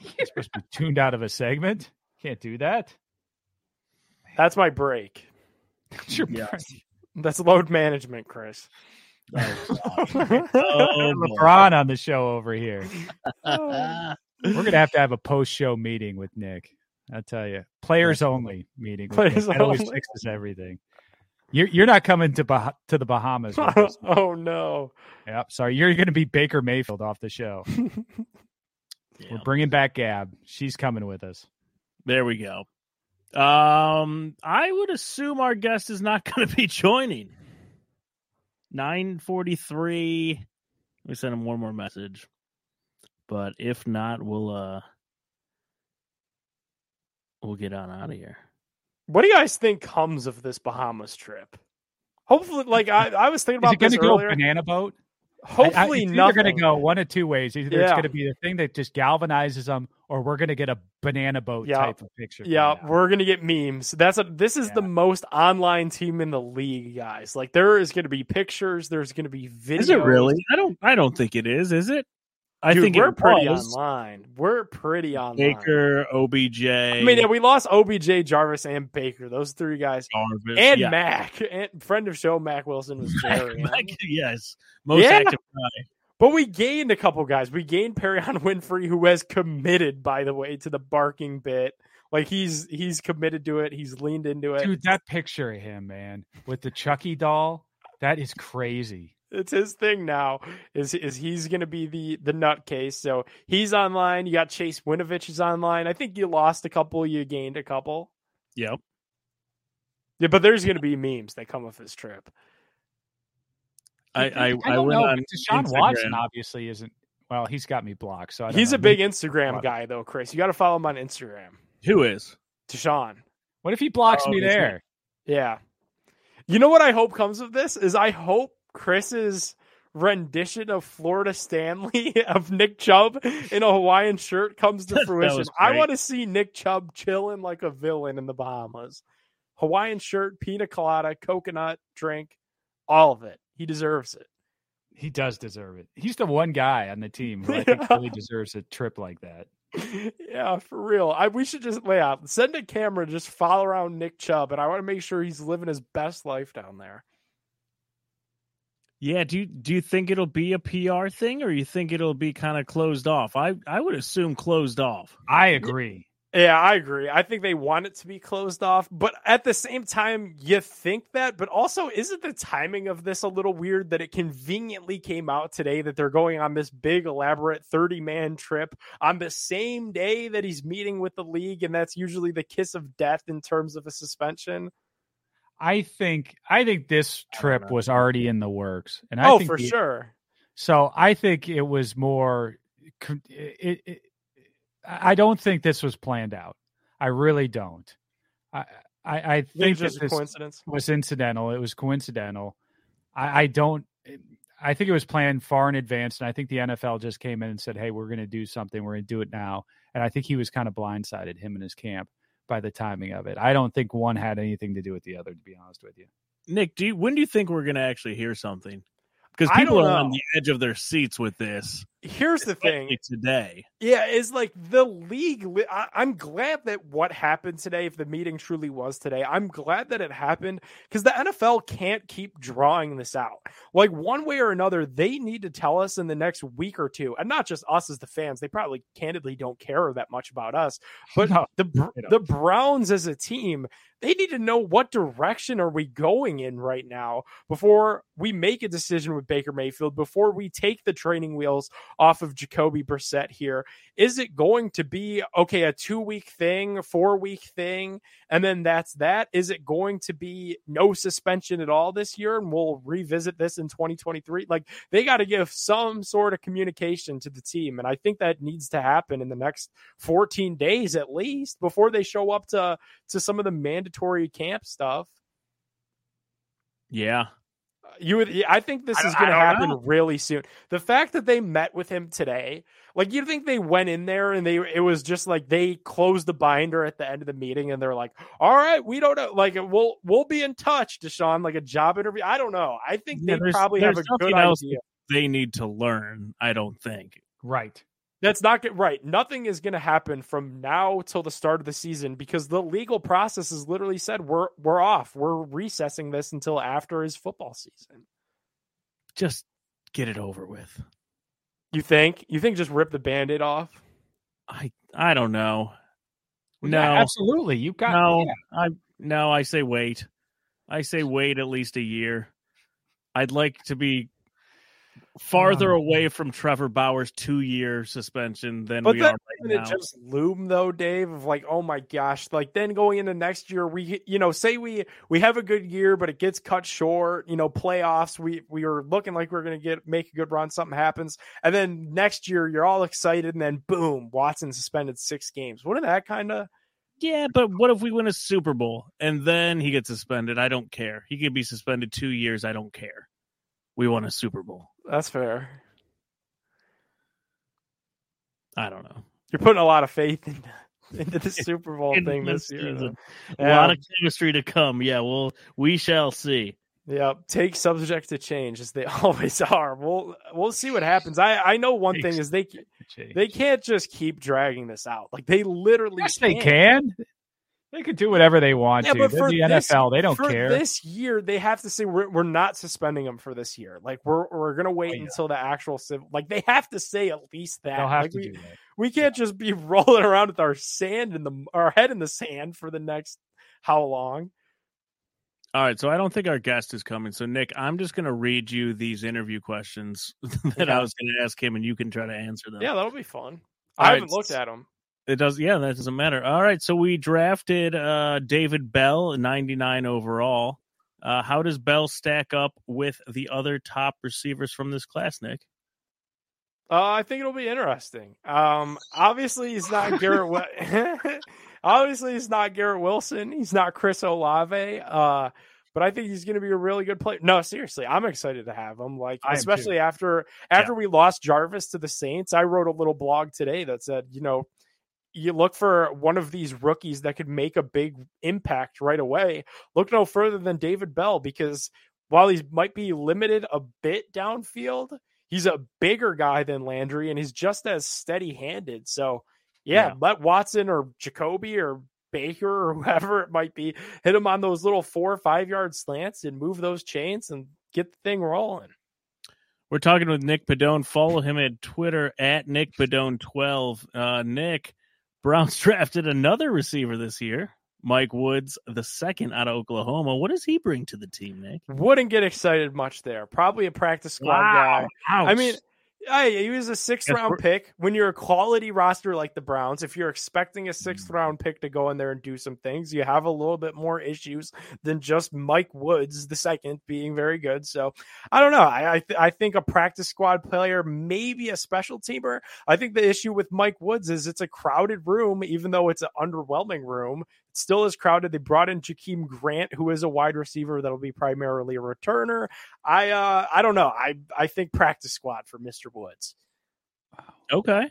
[SPEAKER 1] You're supposed to be tuned out of a segment. Can't do that. [LAUGHS]
[SPEAKER 5] That's my break.
[SPEAKER 1] It's your
[SPEAKER 4] Yes.
[SPEAKER 1] brain.
[SPEAKER 5] That's load management, Chris.
[SPEAKER 4] oh,
[SPEAKER 1] LeBron on the show over here.
[SPEAKER 4] boy. [LAUGHS]
[SPEAKER 1] We're gonna have to have a post show meeting with Nick. I tell you, players only meeting. with me.
[SPEAKER 5] Players
[SPEAKER 1] That always
[SPEAKER 5] only.
[SPEAKER 1] fixes everything. You're you're not coming to bah- to the Bahamas. [LAUGHS]
[SPEAKER 5] [LAUGHS]
[SPEAKER 1] With us.
[SPEAKER 5] oh no.
[SPEAKER 1] yep. Sorry, you're going to be Baker Mayfield off the
[SPEAKER 5] [LAUGHS]
[SPEAKER 1] show. We're bringing back Gab. She's coming with us.
[SPEAKER 4] There we go. Um, I would assume our guest is not [LAUGHS] going to be joining. Nine forty-three. We send him one more message, but if not, we'll uh, we'll get on out of here.
[SPEAKER 5] What do you guys think comes of this Bahamas trip? Hopefully, like I, I was thinking
[SPEAKER 1] Is it
[SPEAKER 5] about
[SPEAKER 1] going
[SPEAKER 5] this
[SPEAKER 1] to go
[SPEAKER 5] earlier.
[SPEAKER 1] banana boat?
[SPEAKER 5] Hopefully,
[SPEAKER 1] they're
[SPEAKER 5] nothing.
[SPEAKER 1] going to go one of two ways. Either it's
[SPEAKER 5] Yeah.
[SPEAKER 1] going to be the thing that just galvanizes them, or we're going to get a banana boat
[SPEAKER 5] Yeah.
[SPEAKER 1] type of picture. from
[SPEAKER 5] Yeah,
[SPEAKER 1] them.
[SPEAKER 5] we're gonna get memes. That's a. This is the most online team in the league, guys. Like there is gonna be pictures. There's gonna be videos.
[SPEAKER 4] I don't. I don't think it is. Is it? I
[SPEAKER 5] Dude,
[SPEAKER 4] think
[SPEAKER 5] we're
[SPEAKER 4] it
[SPEAKER 5] pretty
[SPEAKER 4] was.
[SPEAKER 5] online. We're pretty online.
[SPEAKER 4] Baker, OBJ.
[SPEAKER 5] I mean, yeah, we lost OBJ, Jarvis, and Baker. Those three guys,
[SPEAKER 4] Jarvis,
[SPEAKER 5] and
[SPEAKER 4] yeah.
[SPEAKER 5] Mac, and friend of show Mac Wilson was there.
[SPEAKER 4] [LAUGHS]
[SPEAKER 5] yeah.
[SPEAKER 4] Mac, yes, most
[SPEAKER 5] Yeah.
[SPEAKER 4] active
[SPEAKER 5] But we gained a couple guys. We gained Perion [LAUGHS] Winfrey, who has committed, by the way, to the barking bit. Like he's he's committed to it. He's leaned into it.
[SPEAKER 1] dude, that picture of him, man, with the Chucky doll, that is crazy.
[SPEAKER 5] It's his thing now. Is is he's going to be the the nutcase? So he's online. You got Chase Winovich is online. I think you lost a couple. You gained a couple.
[SPEAKER 4] Yep.
[SPEAKER 5] Yeah, but there's going to be memes that come with this trip.
[SPEAKER 4] I I, I,
[SPEAKER 1] don't
[SPEAKER 4] went
[SPEAKER 1] know.
[SPEAKER 4] on
[SPEAKER 1] Deshaun
[SPEAKER 4] Instagram.
[SPEAKER 1] Watson obviously isn't. Well, he's got me blocked, so I don't
[SPEAKER 5] He's
[SPEAKER 1] know.
[SPEAKER 5] a big Instagram
[SPEAKER 1] What?
[SPEAKER 5] guy though, Chris. You got to follow him on Instagram.
[SPEAKER 4] Who is?
[SPEAKER 5] Deshaun.
[SPEAKER 1] What if he blocks
[SPEAKER 4] Oh,
[SPEAKER 1] me
[SPEAKER 4] that's
[SPEAKER 1] there?
[SPEAKER 5] Yeah. You know what I hope comes of this is I hope Chris's rendition of Florida Stanley [LAUGHS] of Nick Chubb in a Hawaiian shirt comes
[SPEAKER 1] [LAUGHS]
[SPEAKER 5] to
[SPEAKER 4] That
[SPEAKER 5] fruition.
[SPEAKER 4] was
[SPEAKER 5] I
[SPEAKER 4] great.
[SPEAKER 5] want to see Nick Chubb chilling like a villain in the Bahamas. Hawaiian shirt, pina colada, coconut drink, all of it. He deserves it.
[SPEAKER 1] He does deserve it. He's the one guy on the team who I
[SPEAKER 5] [LAUGHS]
[SPEAKER 1] think really deserves a trip like that.
[SPEAKER 5] yeah, for real. I we should just lay out send a camera, just follow around Nick Chubb, and I want to make sure he's living his best life down there.
[SPEAKER 4] Yeah, do you do you think it'll be a PR thing or you think it'll be kind of closed off? I I would assume closed off.
[SPEAKER 1] I agree.
[SPEAKER 5] Yeah, I agree. I think they want it to be closed off, but at the same time, you think that. But also, isn't the timing of this a little weird that it conveniently came out today that they're going on this big, elaborate 30 man trip on the same day that he's meeting with the league? And that's usually the kiss of death in terms of a suspension.
[SPEAKER 1] I think I think this
[SPEAKER 4] don't
[SPEAKER 1] trip
[SPEAKER 4] know.
[SPEAKER 1] was already in the works, and I
[SPEAKER 5] oh,
[SPEAKER 1] think
[SPEAKER 5] for
[SPEAKER 1] the-
[SPEAKER 5] sure.
[SPEAKER 1] So I think it was more. con- It, it, I don't think this was planned out. I really don't. I I, I
[SPEAKER 5] I think
[SPEAKER 1] think
[SPEAKER 5] it's just
[SPEAKER 1] that
[SPEAKER 5] a
[SPEAKER 1] this
[SPEAKER 5] coincidence.
[SPEAKER 1] was incidental. It was coincidental. I, I don't. I think it was planned far in advance, and I think the NFL just came in and said, "Hey, we're going to do something. We're going to do it now." And I think he was kind of blindsided, him and his camp, by the timing of it. I don't think one had anything to do with the other, to be honest with you.
[SPEAKER 4] Nick, do you when do you think we're gonna actually hear something? Because
[SPEAKER 5] I
[SPEAKER 4] people are
[SPEAKER 5] don't
[SPEAKER 4] on
[SPEAKER 5] know.
[SPEAKER 4] the edge of their seats with this.
[SPEAKER 5] Here's the thing
[SPEAKER 4] especially today.
[SPEAKER 5] Yeah, it's like the league. Li- I- I'm glad that what happened today, if the meeting truly was today, I'm glad that it happened because the NFL can't keep drawing this out. Like, one way or another, they need to tell us in the next week or two, and not just us as the fans. They probably candidly don't care that much
[SPEAKER 1] [LAUGHS]
[SPEAKER 5] about us, but
[SPEAKER 1] No,
[SPEAKER 5] the Br-
[SPEAKER 1] they don't.
[SPEAKER 5] the Browns as a team, they need to know what direction are we going in right now before we make a decision with Baker Mayfield, before we take the training wheels off of Jacoby Brissett here. Is it going to be okay a two week thing, four week thing, and then that's that? Is it going to be no suspension at all this year, and we'll revisit this in 2023? Like they got to give some sort of communication to the team, and I think that needs to happen in the next 14 days at least before they show up to to some of the mandatory camp stuff.
[SPEAKER 4] Yeah.
[SPEAKER 5] You would, I think this
[SPEAKER 4] I-
[SPEAKER 5] is going
[SPEAKER 4] I
[SPEAKER 5] to
[SPEAKER 4] don't
[SPEAKER 5] happen really soon. The fact that they met with him today, like you think they went in there and they it was just like they closed the binder at the end of the meeting and they're like, "All right, we don't know, like we'll we'll be in touch, Deshaun, like a job interview." I don't know. I think
[SPEAKER 4] Yeah,
[SPEAKER 5] they
[SPEAKER 4] there's-
[SPEAKER 5] probably have a
[SPEAKER 4] there's
[SPEAKER 5] good
[SPEAKER 4] nothing else
[SPEAKER 5] idea.
[SPEAKER 4] They need to learn, I don't think.
[SPEAKER 1] Right.
[SPEAKER 5] That's not good. Right. Nothing is going to happen from now till the start of the season because the legal process has literally said we're we're off. We're recessing this until after his football season.
[SPEAKER 4] Just get it over with.
[SPEAKER 5] You think? You think just rip the band-aid off?
[SPEAKER 4] I I don't know. No,
[SPEAKER 1] Yeah, absolutely. You've got
[SPEAKER 4] no,
[SPEAKER 1] yeah.
[SPEAKER 4] I no, I say wait. I say wait at least a year. I'd like to be farther
[SPEAKER 1] Oh.
[SPEAKER 4] away from Trevor Bauer's two-year suspension than
[SPEAKER 5] But
[SPEAKER 4] we are
[SPEAKER 5] that
[SPEAKER 4] right
[SPEAKER 5] Isn't
[SPEAKER 4] now.
[SPEAKER 5] it just loom though, Dave? Of like, oh my gosh, like then going into next year, we you know say we we have a good year, but it gets cut short. You know, playoffs, we we are looking like we're going to get make a good run. Something happens, and then next year you're all excited, and then boom, Watson suspended six games. Wouldn't that kind of?
[SPEAKER 4] yeah, but what if we win a Super Bowl and then he gets suspended? I don't care. He could be suspended two years. I don't care. We won a Super Bowl.
[SPEAKER 5] That's fair.
[SPEAKER 4] I don't know.
[SPEAKER 5] You're putting a lot of faith in, [LAUGHS]
[SPEAKER 4] [LAUGHS]
[SPEAKER 5] into the Super Bowl
[SPEAKER 4] in
[SPEAKER 5] thing this
[SPEAKER 4] this
[SPEAKER 5] year.
[SPEAKER 4] season.
[SPEAKER 5] though.
[SPEAKER 4] A lot
[SPEAKER 5] Yeah.
[SPEAKER 4] of chemistry to come. Yeah, well, we shall see.
[SPEAKER 5] Yeah, take subject to change as they [LAUGHS] always are. We'll we'll see what happens. I I know one thing is they
[SPEAKER 1] Jeez.
[SPEAKER 5] they can't just keep dragging this out. Like they literally
[SPEAKER 1] Yes, they
[SPEAKER 5] can't.
[SPEAKER 1] can. They can do whatever they want
[SPEAKER 5] Yeah,
[SPEAKER 1] to.
[SPEAKER 5] but
[SPEAKER 1] They're
[SPEAKER 5] for
[SPEAKER 1] the
[SPEAKER 5] this-
[SPEAKER 1] NFL, they don't
[SPEAKER 5] for
[SPEAKER 1] care.
[SPEAKER 5] this year, they have to say we're, we're not suspending them for this year. Like we're we're gonna wait
[SPEAKER 1] yeah.
[SPEAKER 5] until the actual civ- like they have to say at least that.
[SPEAKER 1] They'll have
[SPEAKER 5] Like,
[SPEAKER 1] to
[SPEAKER 5] we,
[SPEAKER 1] do that.
[SPEAKER 5] we can't just be [LAUGHS] rolling around with our sand in the our head in the sand for the next how long?
[SPEAKER 4] All right, so I don't think our guest is coming. So Nick, I'm just going to read you these interview questions [LAUGHS] that I was going to ask him, and you can try to answer them.
[SPEAKER 5] Yeah, that'll be fun.
[SPEAKER 4] All
[SPEAKER 5] I
[SPEAKER 4] right,
[SPEAKER 5] haven't looked at them.
[SPEAKER 4] It does. Yeah, that doesn't matter. All right, so we drafted uh, David Bell, 99 overall. Uh, how does Bell stack up with the other top receivers from this class, Nick?
[SPEAKER 5] Uh, I think it'll be interesting. Um, obviously he's not Garrett. Wi- [LAUGHS] obviously he's not Garrett Wilson. He's not Chris Olave. Uh, but I think he's going to be a really good player. No, seriously, I'm excited to have him. Like,
[SPEAKER 1] I am too.
[SPEAKER 5] especially after after we lost Jarvis to the Saints, I wrote a little blog today that said, you know, you look for one of these rookies that could make a big impact right away. Look no further than David Bell because while he might be limited a bit downfield, he's a bigger guy than Landry and he's just as steady handed. So, yeah,
[SPEAKER 4] Yeah.
[SPEAKER 5] let Watson or Jacoby or Baker or [LAUGHS] whoever it might be hit him on those little four or five yard slants and move those chains and get the thing rolling.
[SPEAKER 4] We're talking with Nick Padone. Follow him at Twitter at Nick Padone twelve. Uh, Nick Browns [LAUGHS] drafted another receiver this year, Mike Woods, the second out of Oklahoma. What does he bring to the team, Nick?
[SPEAKER 5] Wouldn't get excited much there. Probably a practice squad guy. I mean, hey, he was a sixth
[SPEAKER 4] Yes,
[SPEAKER 5] round
[SPEAKER 4] we're-
[SPEAKER 5] pick. When you're a quality roster like the Browns, if you're expecting a sixth round pick to go in there and do some things, you have a little bit more issues than just Mike Woods, the second, being very good. So I don't know. I I, th- I think a practice squad player, maybe a special teamer. I think the issue with Mike Woods is it's a crowded room, even though it's an underwhelming room. It still is crowded. They brought in Jakeem Grant, who is a wide receiver that'll be primarily a returner. I uh I don't know. I I think practice squad for Mr. Woods.
[SPEAKER 4] okay.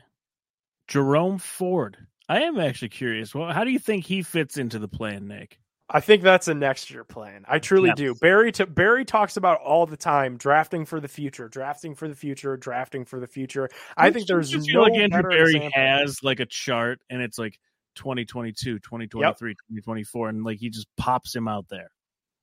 [SPEAKER 4] Jerome Ford. I am actually curious. Well, how do you think he fits into the plan, Nick?
[SPEAKER 5] I think that's a next year plan. I truly
[SPEAKER 4] Yeah.
[SPEAKER 5] do. Barry t- Barry talks about all the time drafting for the future, drafting for the future, drafting for the future. I think there's
[SPEAKER 4] Don't you
[SPEAKER 5] no
[SPEAKER 4] feel like Andrew
[SPEAKER 5] better
[SPEAKER 4] Barry
[SPEAKER 5] example.
[SPEAKER 4] has like a chart, and it's like 2022, 2023, 2024, and like he just pops him out there.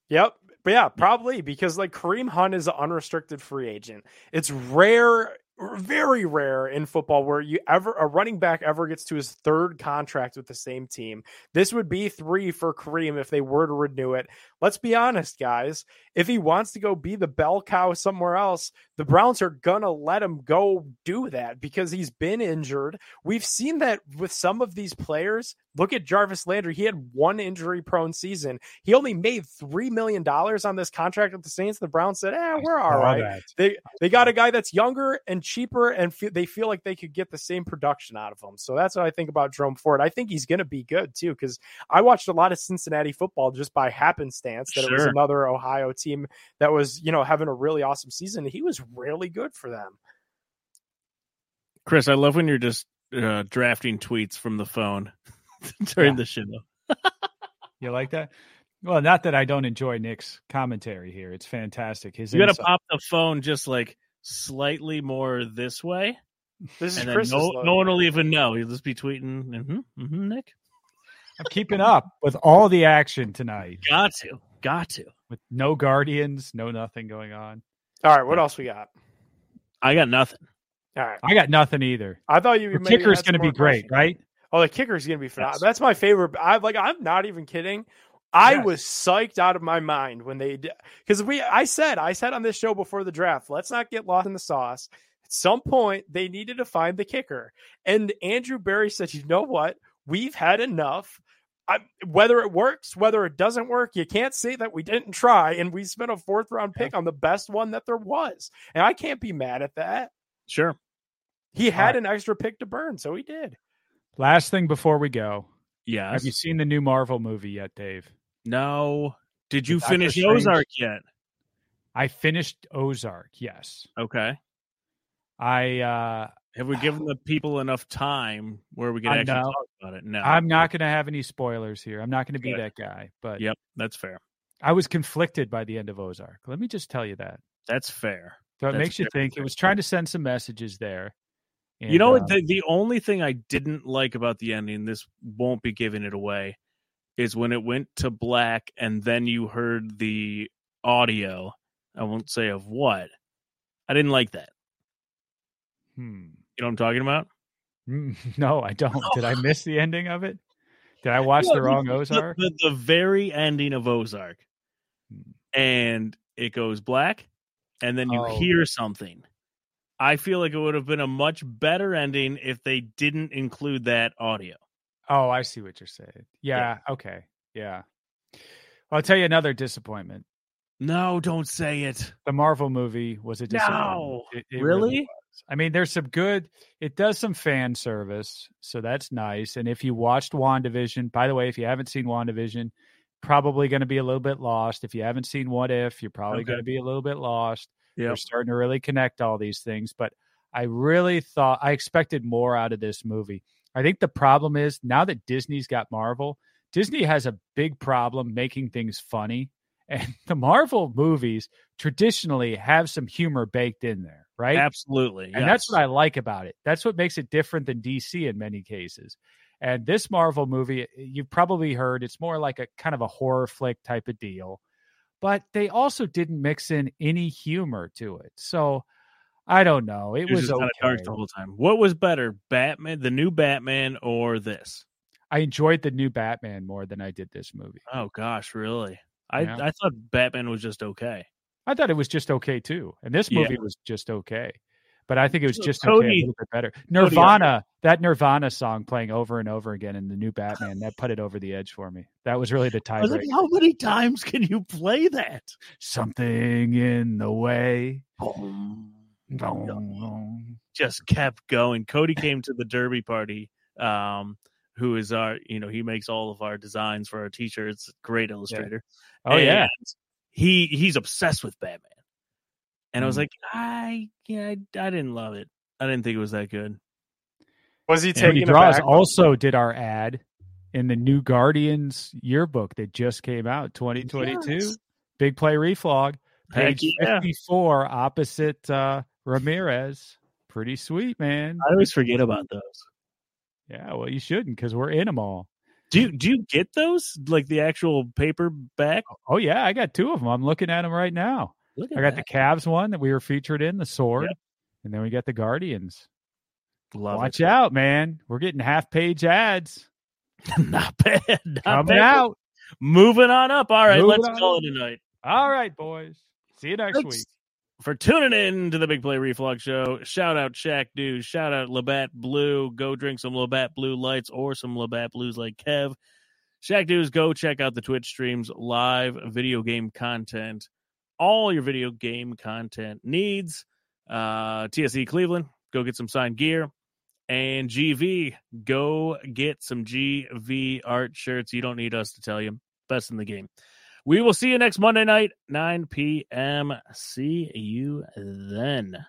[SPEAKER 5] Yep. But yeah, probably because like Kareem Hunt is an unrestricted free agent. It's rare, very rare in football where you ever a running back ever gets to his third contract with the same team. This would be three for Kareem if they were to renew it. Let's be honest, guys. If he wants to go be the bell cow somewhere else, the Browns are gonna let him go do that because he's been injured. We've seen that with some of these players. Look at Jarvis Landry. He had one injury prone season. He only made three million dollars on this contract with the Saints. The Browns said, "Ah, we're all
[SPEAKER 1] All
[SPEAKER 5] right."
[SPEAKER 1] that.
[SPEAKER 5] They they got a guy that's younger and cheaper, and fe- they feel like they could get the same production out of him. So that's what I think about Jerome Ford. I think he's going to be good too because I watched a lot of Cincinnati football just by happenstance that it was
[SPEAKER 4] Sure.
[SPEAKER 5] another Ohio team that was you know having a really awesome season. He was really good for them.
[SPEAKER 4] Chris, I love when you're just uh, drafting tweets from the phone [LAUGHS] during
[SPEAKER 1] Yeah.
[SPEAKER 4] the show.
[SPEAKER 1] You like that? Well, not that I don't enjoy Nick's commentary here. It's fantastic. His
[SPEAKER 4] You got to
[SPEAKER 1] insight-
[SPEAKER 4] pop the phone just like slightly more this way,
[SPEAKER 5] This is
[SPEAKER 4] and then
[SPEAKER 5] Chris's
[SPEAKER 4] no,
[SPEAKER 5] logo.
[SPEAKER 4] no one will even know. You'll just be tweeting, mm-hmm, mm-hmm, Nick.
[SPEAKER 1] I'm keeping up with all the action tonight.
[SPEAKER 4] Got to, got to.
[SPEAKER 1] With no guardians, no nothing going on.
[SPEAKER 5] All right, what else we got?
[SPEAKER 4] I got nothing.
[SPEAKER 5] All right,
[SPEAKER 1] I got nothing either.
[SPEAKER 5] I thought you
[SPEAKER 1] Your
[SPEAKER 5] maybe
[SPEAKER 1] kicker's
[SPEAKER 5] had
[SPEAKER 1] going to
[SPEAKER 5] some more
[SPEAKER 1] be great,
[SPEAKER 5] questions.
[SPEAKER 1] right?
[SPEAKER 5] Oh, the kicker's gonna be phenomenal. That's my favorite. I like. I'm not even kidding. I
[SPEAKER 4] Yes.
[SPEAKER 5] was psyched out of my mind when they because we. I said. I said on this show before the draft. Let's not get lost in the sauce. At some point, they needed to find the kicker, and Andrew Barry said, "You know what? We've had enough." I, whether it works, whether it doesn't work, you can't say that we didn't try and we spent a fourth round pick on the best one that there was. And I can't be mad at that.
[SPEAKER 4] Sure.
[SPEAKER 5] He had
[SPEAKER 1] Alright.
[SPEAKER 5] an extra pick to burn, so he did.
[SPEAKER 1] Last thing before we go. Have
[SPEAKER 4] Yes.
[SPEAKER 1] you seen the new Marvel movie yet, Dave?
[SPEAKER 4] no. Did you
[SPEAKER 1] Doctor
[SPEAKER 4] finish
[SPEAKER 1] Strange.
[SPEAKER 4] Ozark yet?
[SPEAKER 1] I finished Ozark. Yes.
[SPEAKER 4] Okay.
[SPEAKER 1] I uh [SIGHS]
[SPEAKER 4] Have we given the people enough time where we can
[SPEAKER 1] I
[SPEAKER 4] actually
[SPEAKER 1] know.
[SPEAKER 4] talk about it? No.
[SPEAKER 1] I'm not going to have any spoilers here. I'm not going to be
[SPEAKER 4] Good.
[SPEAKER 1] that guy, but
[SPEAKER 4] Yep. That's fair.
[SPEAKER 1] I was conflicted by the end of Ozark. Let me just tell you that.
[SPEAKER 4] That's fair.
[SPEAKER 1] So it
[SPEAKER 4] That's
[SPEAKER 1] makes you
[SPEAKER 4] very
[SPEAKER 1] think. It was trying to send some messages there.
[SPEAKER 4] you
[SPEAKER 1] And,
[SPEAKER 4] know
[SPEAKER 1] uh,
[SPEAKER 4] what? The, the only thing I didn't like about the ending, this won't be giving it away, is when it went to black and then you heard the audio. I won't say of what. I didn't like that.
[SPEAKER 1] hmm.
[SPEAKER 4] You know what I'm talking about?
[SPEAKER 1] Mm, [LAUGHS] No, I
[SPEAKER 4] [LAUGHS]
[SPEAKER 1] don't. Did I miss the ending of it? Did I watch
[SPEAKER 4] Well,
[SPEAKER 1] the wrong
[SPEAKER 4] the-
[SPEAKER 1] Ozark?
[SPEAKER 4] The, the very ending of Ozark.
[SPEAKER 1] Hmm.
[SPEAKER 4] And it goes black, and then you
[SPEAKER 1] Oh.
[SPEAKER 4] hear something. I feel like it would have been a much better ending if they didn't include that audio.
[SPEAKER 1] Oh, I see what you're saying. Yeah. Okay. Yeah. I'll tell you another disappointment.
[SPEAKER 4] No, don't say it.
[SPEAKER 1] The Marvel movie was a disappointment.
[SPEAKER 4] No.
[SPEAKER 1] It- it
[SPEAKER 4] Really?
[SPEAKER 1] I mean, there's some good. It does some fan service, so that's nice. And if you watched Wandavision, by the way, if you haven't seen Wandavision, probably going to be a little bit lost. If you haven't seen What If, you're probably
[SPEAKER 4] Okay.
[SPEAKER 1] going to be a little bit lost.
[SPEAKER 4] Yep.
[SPEAKER 1] We're starting to really connect all these things, but I really thought I expected more out of this movie. I think the problem is now that Disney's got Marvel, Disney has a big problem making things funny. [LAUGHS] And the Marvel movies traditionally have some humor baked in there, right?
[SPEAKER 4] Absolutely.
[SPEAKER 1] And that's what I like about it. That's what makes it different than DC in many cases. And this Marvel movie, you've probably heard, it's more like a kind of a horror flick type of deal. But they also didn't mix in any humor to it. So I don't know. It,
[SPEAKER 4] It
[SPEAKER 1] was,
[SPEAKER 4] just kinda
[SPEAKER 1] okay.
[SPEAKER 4] dark the whole time. What was better, Batman, the new Batman, or this?
[SPEAKER 1] I enjoyed the new Batman more than I did this movie.
[SPEAKER 4] Oh gosh, really? I
[SPEAKER 1] Yeah.
[SPEAKER 4] I thought Batman was just okay.
[SPEAKER 1] I thought it was just okay too. And this
[SPEAKER 4] Yeah.
[SPEAKER 1] movie was just okay. But I think it was
[SPEAKER 4] So
[SPEAKER 1] just okay,
[SPEAKER 4] Cody-
[SPEAKER 1] a little bit better. Nirvana, that Nirvana song playing over and over again in the new Batman, that put it over the edge for me. That was really the
[SPEAKER 4] [LAUGHS] I was
[SPEAKER 1] tiebreaker.
[SPEAKER 4] like, how many times can you play that?
[SPEAKER 1] Something in the way.
[SPEAKER 4] just kept going. Cody came to the derby party. Um, who is our you know he makes all of our designs for our t-shirts. Great illustrator.
[SPEAKER 1] Oh yeah.
[SPEAKER 4] And he he's obsessed with Batman. And I was
[SPEAKER 1] Mm.
[SPEAKER 4] like, I yeah, I, I didn't love it. I didn't think it was that good.
[SPEAKER 5] Was he
[SPEAKER 1] Tony
[SPEAKER 5] taking it
[SPEAKER 1] Draws
[SPEAKER 5] back?
[SPEAKER 1] also did our ad in the new Guardians yearbook that just came out, 2022.
[SPEAKER 4] Yes.
[SPEAKER 1] Big play reflog.
[SPEAKER 4] Heck
[SPEAKER 1] Page
[SPEAKER 4] yeah.
[SPEAKER 1] 54 opposite uh, Ramirez. Pretty sweet, man.
[SPEAKER 4] I always forget about those.
[SPEAKER 1] Yeah, well, you shouldn't because we're in them all.
[SPEAKER 4] Do you, do you get those like the actual paperback?
[SPEAKER 1] Oh yeah, I got two of them. I'm looking at them right now.
[SPEAKER 4] Look
[SPEAKER 1] I got the Cavs one that we were featured in, the sword,
[SPEAKER 4] Yep.
[SPEAKER 1] and then we got the Guardians.
[SPEAKER 4] the love
[SPEAKER 1] Watch
[SPEAKER 4] it.
[SPEAKER 1] out, man. We're getting half page ads
[SPEAKER 4] [LAUGHS] not bad. Not
[SPEAKER 1] coming
[SPEAKER 4] bad.
[SPEAKER 1] out.
[SPEAKER 4] Moving on up. All right,
[SPEAKER 1] Moving
[SPEAKER 4] let's
[SPEAKER 1] on
[SPEAKER 4] call
[SPEAKER 1] up.
[SPEAKER 4] it a night.
[SPEAKER 1] All right, boys. See you next
[SPEAKER 4] Thanks
[SPEAKER 1] week.
[SPEAKER 4] for tuning in to the Big Play Reflog Show. Shout out Shaq Dude. Shout out Labatt Blue. Go drink some Labatt Blue Lights or some Labatt Blues like Kev. Shaq Dudes, go check out the Twitch streams, live video game content, all your video game content needs. Uh, TSE Cleveland, go get some signed gear. And GV, go get some GV art shirts. You don't need us to tell you. Best in the game. We will see you next Monday night, 9 p.m. See you then.